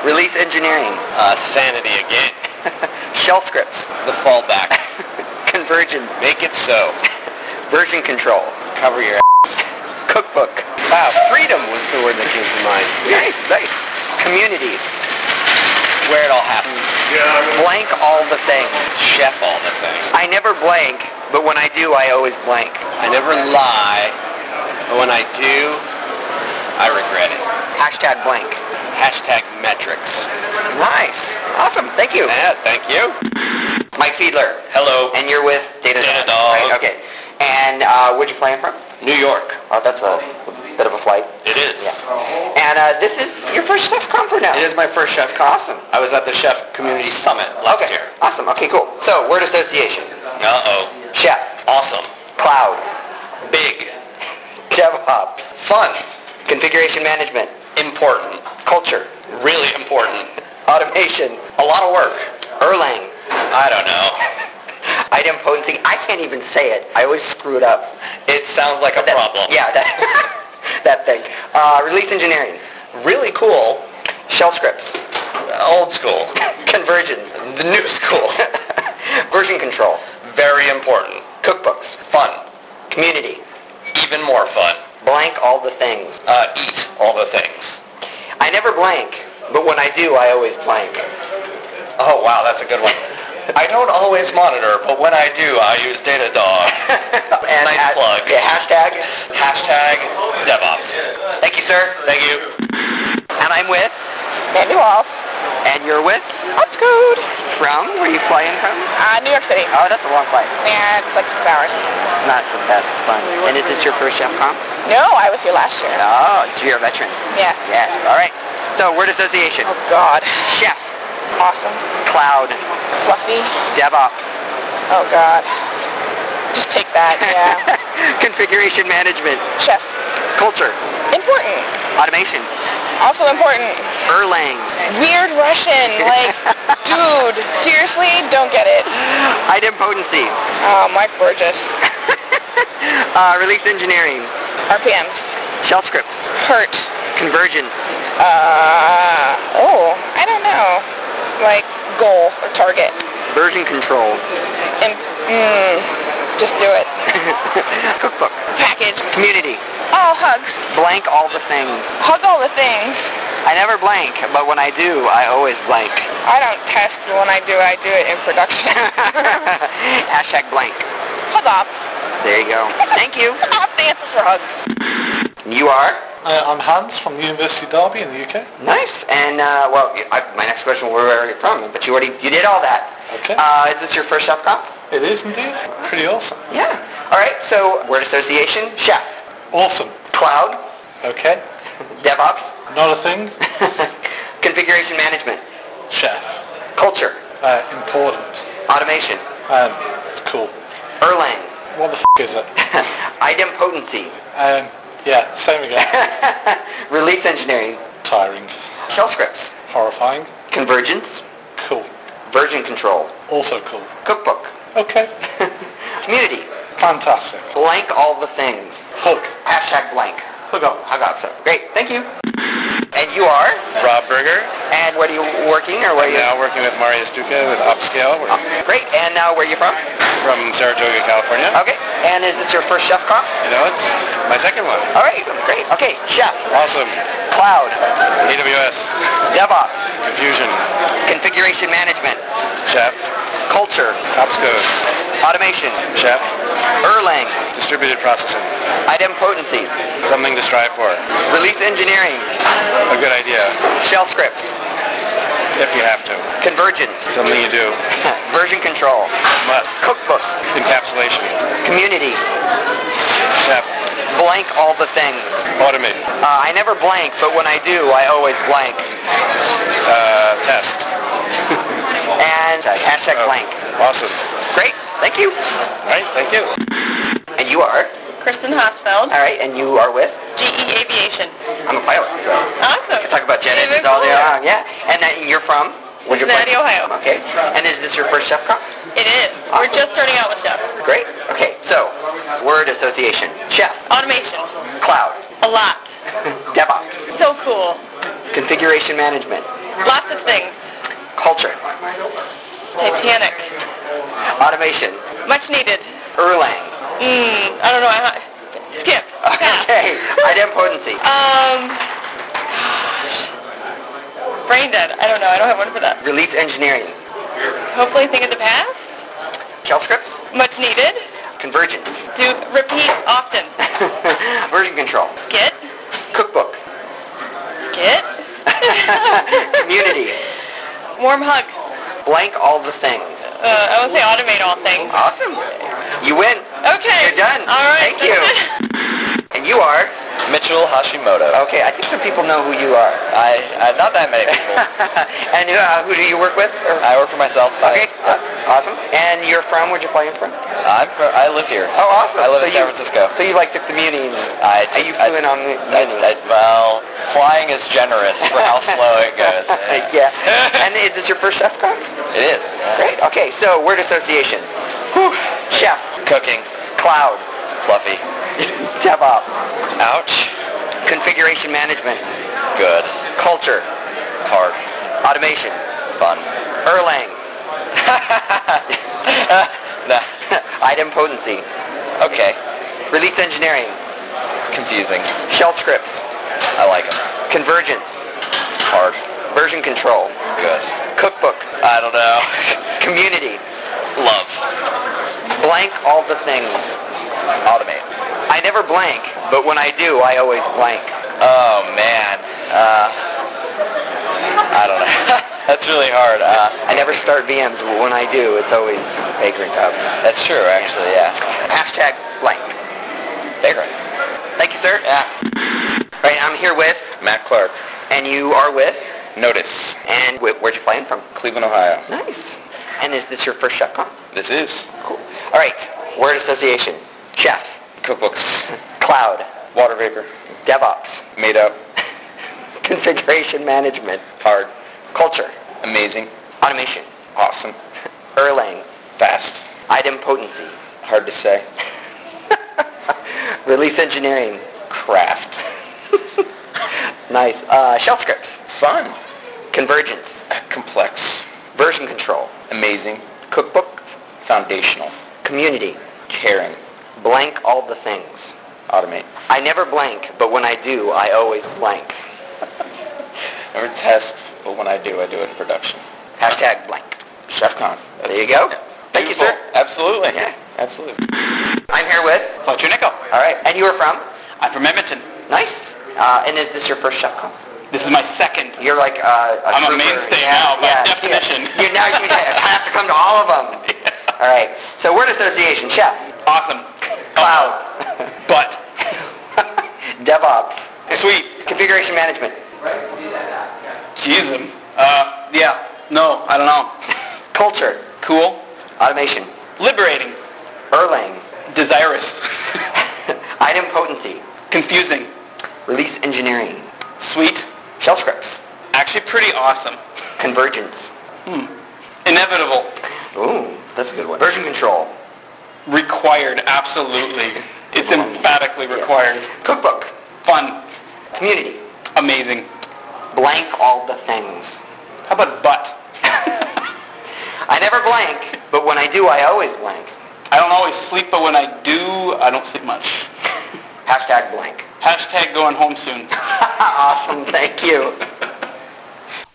[SPEAKER 18] Release engineering.
[SPEAKER 17] Uh, sanity again.
[SPEAKER 18] Shell scripts.
[SPEAKER 17] The fallback.
[SPEAKER 18] Convergence.
[SPEAKER 17] Make it so.
[SPEAKER 18] Version control.
[SPEAKER 17] Cover your.
[SPEAKER 18] Cookbook.
[SPEAKER 17] Wow, freedom was the word that came to mind.
[SPEAKER 18] Nice, nice. Community.
[SPEAKER 17] Where it all happened.
[SPEAKER 18] Blank all the things.
[SPEAKER 17] Chef all the things.
[SPEAKER 18] I never blank, but when I do, I always blank.
[SPEAKER 17] I never lie, but when I do, I regret it.
[SPEAKER 18] Hashtag blank.
[SPEAKER 17] Hashtag metrics.
[SPEAKER 18] Nice. Awesome. Thank you.
[SPEAKER 17] Yeah, thank you.
[SPEAKER 18] Mike Fiedler.
[SPEAKER 17] Hello.
[SPEAKER 18] And you're with Data
[SPEAKER 17] Datadog.
[SPEAKER 18] Right? Okay. And uh, where'd you fly in from?
[SPEAKER 17] New York.
[SPEAKER 18] Oh, that's a bit of a flight.
[SPEAKER 17] It is.
[SPEAKER 18] And uh, this is your first chef conference now.
[SPEAKER 17] It is my first chef con.
[SPEAKER 18] Awesome.
[SPEAKER 17] I was at the Chef Community Summit last
[SPEAKER 18] Okay.
[SPEAKER 17] year.
[SPEAKER 18] Awesome. Okay, cool. So, word association.
[SPEAKER 17] Uh oh.
[SPEAKER 18] Chef.
[SPEAKER 17] Awesome.
[SPEAKER 18] Cloud.
[SPEAKER 17] Big.
[SPEAKER 18] DevOps.
[SPEAKER 17] Fun.
[SPEAKER 18] Configuration management.
[SPEAKER 17] Important.
[SPEAKER 18] Culture.
[SPEAKER 17] Really important.
[SPEAKER 18] Automation.
[SPEAKER 17] A lot of work.
[SPEAKER 18] Erlang.
[SPEAKER 17] I don't know.
[SPEAKER 18] Item potency. I can't even say it. I always screw it up.
[SPEAKER 17] It sounds like a problem.
[SPEAKER 18] Yeah, that, that thing. Uh, release engineering.
[SPEAKER 17] Really cool.
[SPEAKER 18] Shell scripts.
[SPEAKER 17] Old school.
[SPEAKER 18] Convergence.
[SPEAKER 17] The new school.
[SPEAKER 18] Version control.
[SPEAKER 17] Very important.
[SPEAKER 18] Cookbooks.
[SPEAKER 17] Fun.
[SPEAKER 18] Community.
[SPEAKER 17] Even more fun.
[SPEAKER 18] Blank all the things.
[SPEAKER 17] Uh, eat all the things.
[SPEAKER 18] I never blank, but when I do, I always blank.
[SPEAKER 17] Oh, wow, that's a good one. I don't always monitor, but when I do, I use Datadog.
[SPEAKER 18] and
[SPEAKER 17] Nice
[SPEAKER 18] ha-
[SPEAKER 17] plug.
[SPEAKER 18] Yeah, hashtag.
[SPEAKER 17] Hashtag DevOps.
[SPEAKER 18] Thank you, sir.
[SPEAKER 17] Thank you.
[SPEAKER 18] And I'm with Mandy Wolf. And you're with? That's good. From? Where are you flying from? Uh, New York City. Oh, that's a long flight.
[SPEAKER 19] and like six hours.
[SPEAKER 18] Not the best fun. And is this your first chef comp?
[SPEAKER 19] No, I was here last year.
[SPEAKER 18] Oh, so you're a veteran.
[SPEAKER 19] Yeah.
[SPEAKER 18] Yes. All right. So word association. Oh
[SPEAKER 19] God.
[SPEAKER 18] Chef.
[SPEAKER 19] Awesome.
[SPEAKER 18] Cloud.
[SPEAKER 19] Fluffy.
[SPEAKER 18] DevOps.
[SPEAKER 19] Oh God. Just take that. Yeah.
[SPEAKER 18] Configuration management.
[SPEAKER 19] Chef.
[SPEAKER 18] Culture.
[SPEAKER 19] Important.
[SPEAKER 18] Automation.
[SPEAKER 19] Also important.
[SPEAKER 18] Erlang.
[SPEAKER 19] Weird Russian. Like, dude, seriously, don't get it.
[SPEAKER 18] Item potency.
[SPEAKER 19] Oh, Mike Burgess.
[SPEAKER 18] Uh, release engineering.
[SPEAKER 19] RPMs.
[SPEAKER 18] Shell scripts.
[SPEAKER 19] Hurt.
[SPEAKER 18] Convergence.
[SPEAKER 19] Uh. Oh, I don't know. Like goal or target.
[SPEAKER 18] Version control.
[SPEAKER 19] And mm, just do it.
[SPEAKER 18] Cookbook.
[SPEAKER 19] Package.
[SPEAKER 18] Community.
[SPEAKER 19] Oh, hugs.
[SPEAKER 18] Blank all the things.
[SPEAKER 19] Hug all the things.
[SPEAKER 18] I never blank, but when I do, I always blank.
[SPEAKER 19] I don't test but when I do. I do it in production.
[SPEAKER 18] Hashtag blank.
[SPEAKER 19] Hug off.
[SPEAKER 18] There you go. Thank you.
[SPEAKER 19] That's the answer for hugs.
[SPEAKER 18] You are?
[SPEAKER 16] Uh, I'm Hans from the University of Derby in the UK.
[SPEAKER 18] Nice. And, uh, well, I, my next question, where are you from? But you already, you did all that.
[SPEAKER 16] Okay.
[SPEAKER 18] Uh, is this your first chef comp?
[SPEAKER 16] It is indeed. Pretty awesome.
[SPEAKER 18] Yeah. All right, so word association, chef.
[SPEAKER 16] Awesome.
[SPEAKER 18] Cloud,
[SPEAKER 16] Okay.
[SPEAKER 18] DevOps,
[SPEAKER 16] Not a thing.
[SPEAKER 18] configuration management,
[SPEAKER 16] Chef.
[SPEAKER 18] culture,
[SPEAKER 16] Uh, important.
[SPEAKER 18] automation,
[SPEAKER 16] Um, it's cool.
[SPEAKER 18] Erlang.
[SPEAKER 16] What the f- is it?
[SPEAKER 18] Idempotency.
[SPEAKER 16] Um, yeah, same again.
[SPEAKER 18] Release engineering.
[SPEAKER 16] Tiring.
[SPEAKER 18] Shell scripts.
[SPEAKER 16] Horrifying.
[SPEAKER 18] Convergence.
[SPEAKER 16] Cool.
[SPEAKER 18] Version control.
[SPEAKER 16] Also cool.
[SPEAKER 18] Cookbook.
[SPEAKER 16] Okay.
[SPEAKER 18] Community.
[SPEAKER 16] Fantastic.
[SPEAKER 18] Blank all the things.
[SPEAKER 16] Hook.
[SPEAKER 18] Hashtag blank.
[SPEAKER 16] Hook up.
[SPEAKER 18] Hook up. So great. Thank you. And you are?
[SPEAKER 15] Rob Berger.
[SPEAKER 18] And what are you working or
[SPEAKER 15] I'm
[SPEAKER 18] where are you? Ah,
[SPEAKER 15] now working with Marius Duca with Upscale. We're
[SPEAKER 18] Great. And now where are you from?
[SPEAKER 15] from Saratoga, California.
[SPEAKER 18] Okay. And is this your first chef comp?
[SPEAKER 15] You know, it's my second one.
[SPEAKER 18] All right. Great. Okay. Chef.
[SPEAKER 15] Awesome.
[SPEAKER 18] Cloud.
[SPEAKER 15] AWS.
[SPEAKER 18] DevOps.
[SPEAKER 15] Confusion.
[SPEAKER 18] Configuration management.
[SPEAKER 15] Chef.
[SPEAKER 18] Culture.
[SPEAKER 15] Opscode.
[SPEAKER 18] Automation.
[SPEAKER 15] Chef.
[SPEAKER 18] Erlang.
[SPEAKER 15] Distributed processing.
[SPEAKER 18] Idempotency.
[SPEAKER 15] Something to strive for.
[SPEAKER 18] Release engineering.
[SPEAKER 15] A good idea.
[SPEAKER 18] Shell scripts.
[SPEAKER 15] If you have to.
[SPEAKER 18] Convergence.
[SPEAKER 15] Something you do.
[SPEAKER 18] Version control.
[SPEAKER 15] Must.
[SPEAKER 18] Cookbook.
[SPEAKER 15] Encapsulation.
[SPEAKER 18] Community.
[SPEAKER 15] Chef.
[SPEAKER 18] Blank all the things.
[SPEAKER 15] Automate.
[SPEAKER 18] Uh, I never blank, but when I do, I always blank.
[SPEAKER 15] Uh, test. Oh,
[SPEAKER 18] And uh, hashtag blank.
[SPEAKER 15] Awesome.
[SPEAKER 18] Great. Thank you.
[SPEAKER 15] All right, thank you.
[SPEAKER 18] And you are?
[SPEAKER 19] Kristen Hosfeld,
[SPEAKER 18] All right. And you are with?
[SPEAKER 19] GE E Aviation.
[SPEAKER 18] I'm a pilot, so
[SPEAKER 19] Awesome.
[SPEAKER 18] I can talk about jet
[SPEAKER 19] Even
[SPEAKER 18] engines all day
[SPEAKER 19] cooler.
[SPEAKER 18] long. Yeah. And that, you're from? What's your
[SPEAKER 19] Cincinnati,
[SPEAKER 18] place?
[SPEAKER 19] Ohio.
[SPEAKER 18] Okay. And is this your first chef comp?
[SPEAKER 19] It is. We're just starting out with Chef.
[SPEAKER 18] Great. Okay. So, word association. Chef.
[SPEAKER 19] Automation.
[SPEAKER 18] Cloud.
[SPEAKER 19] A lot.
[SPEAKER 18] DevOps.
[SPEAKER 19] So cool.
[SPEAKER 18] Configuration management.
[SPEAKER 19] Lots of things.
[SPEAKER 18] Culture.
[SPEAKER 19] Titanic.
[SPEAKER 18] Automation.
[SPEAKER 19] Much needed.
[SPEAKER 18] Erlang.
[SPEAKER 19] Mmm. I don't know. I, skip.
[SPEAKER 18] Okay. Idempotency.
[SPEAKER 19] Um. Brain dead. I don't know. I don't have one for that.
[SPEAKER 18] Release engineering.
[SPEAKER 19] Hopefully, think of the past.
[SPEAKER 18] Shell scripts.
[SPEAKER 19] Much needed.
[SPEAKER 18] Convergence.
[SPEAKER 19] Do repeat often.
[SPEAKER 18] Version control.
[SPEAKER 19] Get.
[SPEAKER 18] Cookbook.
[SPEAKER 19] Get.
[SPEAKER 18] Community.
[SPEAKER 19] Warm hug.
[SPEAKER 18] Blank all the things.
[SPEAKER 19] Uh, I would say automate all things.
[SPEAKER 18] Awesome. You win.
[SPEAKER 19] Okay.
[SPEAKER 18] You're done.
[SPEAKER 19] All right.
[SPEAKER 18] Thank you. And you are? Mitchell Hashimoto. Okay, I think some people know who you are. I, uh, not that many people. and uh, who do you work with? I work for myself. Okay, aw- awesome. And you're from? Where'd you fly in from?
[SPEAKER 20] uh, I'm from, I live here.
[SPEAKER 18] Oh, awesome.
[SPEAKER 20] I live in
[SPEAKER 18] So
[SPEAKER 20] San
[SPEAKER 18] you-
[SPEAKER 20] Francisco.
[SPEAKER 18] So you like took the muni? And,
[SPEAKER 20] I
[SPEAKER 18] Are you flew in on the
[SPEAKER 20] I, I, well, flying is generous for how slow it goes.
[SPEAKER 18] yeah. and is this your first chef cook?
[SPEAKER 20] It is.
[SPEAKER 18] Great. Okay, so word association. Whew. Chef.
[SPEAKER 20] Cooking.
[SPEAKER 18] Cloud.
[SPEAKER 20] Fluffy.
[SPEAKER 18] DevOps.
[SPEAKER 20] Ouch.
[SPEAKER 18] Configuration management.
[SPEAKER 20] Good.
[SPEAKER 18] Culture.
[SPEAKER 20] Hard.
[SPEAKER 18] Automation.
[SPEAKER 20] Fun.
[SPEAKER 18] Erlang.
[SPEAKER 20] Nah.
[SPEAKER 18] Item potency.
[SPEAKER 20] Okay.
[SPEAKER 18] Release engineering.
[SPEAKER 20] Confusing.
[SPEAKER 18] Shell scripts.
[SPEAKER 20] I like it.
[SPEAKER 18] Convergence.
[SPEAKER 20] Hard.
[SPEAKER 18] Version control.
[SPEAKER 20] Good.
[SPEAKER 18] Cookbook.
[SPEAKER 20] I don't know.
[SPEAKER 18] Community.
[SPEAKER 20] Love.
[SPEAKER 18] Blank all the things.
[SPEAKER 20] Automate.
[SPEAKER 18] I never blank, but when I do, I always blank.
[SPEAKER 20] Oh man. Uh, I don't know. That's really hard. Uh,
[SPEAKER 18] I never start VMs, but when I do, it's always vagrant up.
[SPEAKER 20] that's true, actually. Yeah.
[SPEAKER 18] Hashtag blank.
[SPEAKER 20] Vagrant.
[SPEAKER 18] Thank you, sir. Yeah. Right, I'm here with
[SPEAKER 20] Matt Clark.
[SPEAKER 18] And you are with?
[SPEAKER 20] Notice.
[SPEAKER 18] And wh- where'd you fly in from?
[SPEAKER 20] Cleveland, Ohio.
[SPEAKER 18] Nice. And is this your first chef comp?
[SPEAKER 20] This is
[SPEAKER 18] All right. Word association. Chef.
[SPEAKER 20] cookbooks,
[SPEAKER 18] Cloud.
[SPEAKER 20] water vapor,
[SPEAKER 18] DevOps.
[SPEAKER 20] made up,
[SPEAKER 18] Configuration management.
[SPEAKER 20] hard,
[SPEAKER 18] Culture.
[SPEAKER 20] amazing,
[SPEAKER 18] Automation.
[SPEAKER 20] awesome,
[SPEAKER 18] Erlang.
[SPEAKER 20] fast,
[SPEAKER 18] Idempotency.
[SPEAKER 20] hard to say,
[SPEAKER 18] Release engineering.
[SPEAKER 20] craft,
[SPEAKER 18] Nice. Uh, shell scripts.
[SPEAKER 20] fun,
[SPEAKER 18] Convergence.
[SPEAKER 20] complex,
[SPEAKER 18] Version control.
[SPEAKER 20] amazing,
[SPEAKER 18] Cookbooks.
[SPEAKER 20] foundational,
[SPEAKER 18] Community.
[SPEAKER 20] caring,
[SPEAKER 18] Blank all the things.
[SPEAKER 20] automate.
[SPEAKER 18] I never blank, but when I do, I always blank.
[SPEAKER 20] Never test, but when I do, I do it in production.
[SPEAKER 18] Hashtag blank.
[SPEAKER 20] ChefCon.
[SPEAKER 18] There you go. Thank you, sir.
[SPEAKER 20] Absolutely.
[SPEAKER 18] Yeah.
[SPEAKER 20] Absolutely.
[SPEAKER 18] I'm here with
[SPEAKER 21] Plotunico.
[SPEAKER 18] All right. And you are from?
[SPEAKER 21] I'm from Edmonton.
[SPEAKER 18] Nice. Uh, and is this your first chef comp?
[SPEAKER 21] This is my second.
[SPEAKER 18] You're like uh, a
[SPEAKER 21] I'm a
[SPEAKER 18] trooper.
[SPEAKER 21] mainstay
[SPEAKER 18] Yeah,
[SPEAKER 21] now by
[SPEAKER 18] yeah,
[SPEAKER 21] definition.
[SPEAKER 18] Yeah. You now you have to come to all of them. All right. So word association, chef,
[SPEAKER 21] Awesome.
[SPEAKER 18] cloud,
[SPEAKER 21] But
[SPEAKER 18] DevOps,
[SPEAKER 21] sweet.
[SPEAKER 18] configuration management,
[SPEAKER 21] Jeez. um, Uh, yeah. No, I don't know.
[SPEAKER 18] culture,
[SPEAKER 21] Cool.
[SPEAKER 18] automation,
[SPEAKER 21] Liberating.
[SPEAKER 18] Erlang.
[SPEAKER 21] Desirous.
[SPEAKER 18] Item potency.
[SPEAKER 21] Confusing.
[SPEAKER 18] Release engineering.
[SPEAKER 21] Sweet.
[SPEAKER 18] Shell scripts.
[SPEAKER 21] Actually, pretty awesome.
[SPEAKER 18] Convergence.
[SPEAKER 21] Hmm. Inevitable.
[SPEAKER 18] Ooh, that's a good one. Version control.
[SPEAKER 21] Required, absolutely. It's emphatically required.
[SPEAKER 18] Cookbook.
[SPEAKER 21] Fun.
[SPEAKER 18] Community.
[SPEAKER 21] Amazing.
[SPEAKER 18] Blank all the things.
[SPEAKER 21] How about butt?
[SPEAKER 18] I never blank, but when I do, I always blank.
[SPEAKER 21] I don't always sleep, but when I do, I don't sleep much.
[SPEAKER 18] Hashtag blank.
[SPEAKER 21] Hashtag going home soon.
[SPEAKER 18] awesome, thank you.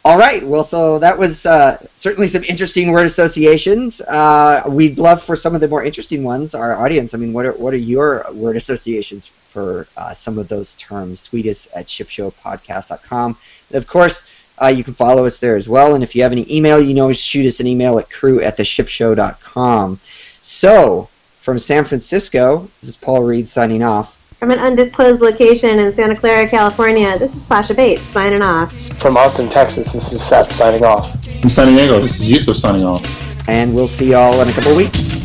[SPEAKER 1] All right. Well, so that was uh, certainly some interesting word associations. Uh, we'd love for some of the more interesting ones, our audience. I mean, what are, what are your word associations for uh, some of those terms? Tweet us at shipshowpodcast.com. And of course, uh, you can follow us there as well. And if you have any email, you know, shoot us an email at crew at theshipshow.com. So, from San Francisco, this is Paul Reed signing off.
[SPEAKER 2] From an undisclosed location in Santa Clara, California, this is Sasha Bates signing off.
[SPEAKER 4] From Austin, Texas, this is Seth signing off.
[SPEAKER 1] From San Diego, this is Yusuf signing off. And we'll see y'all in a couple weeks.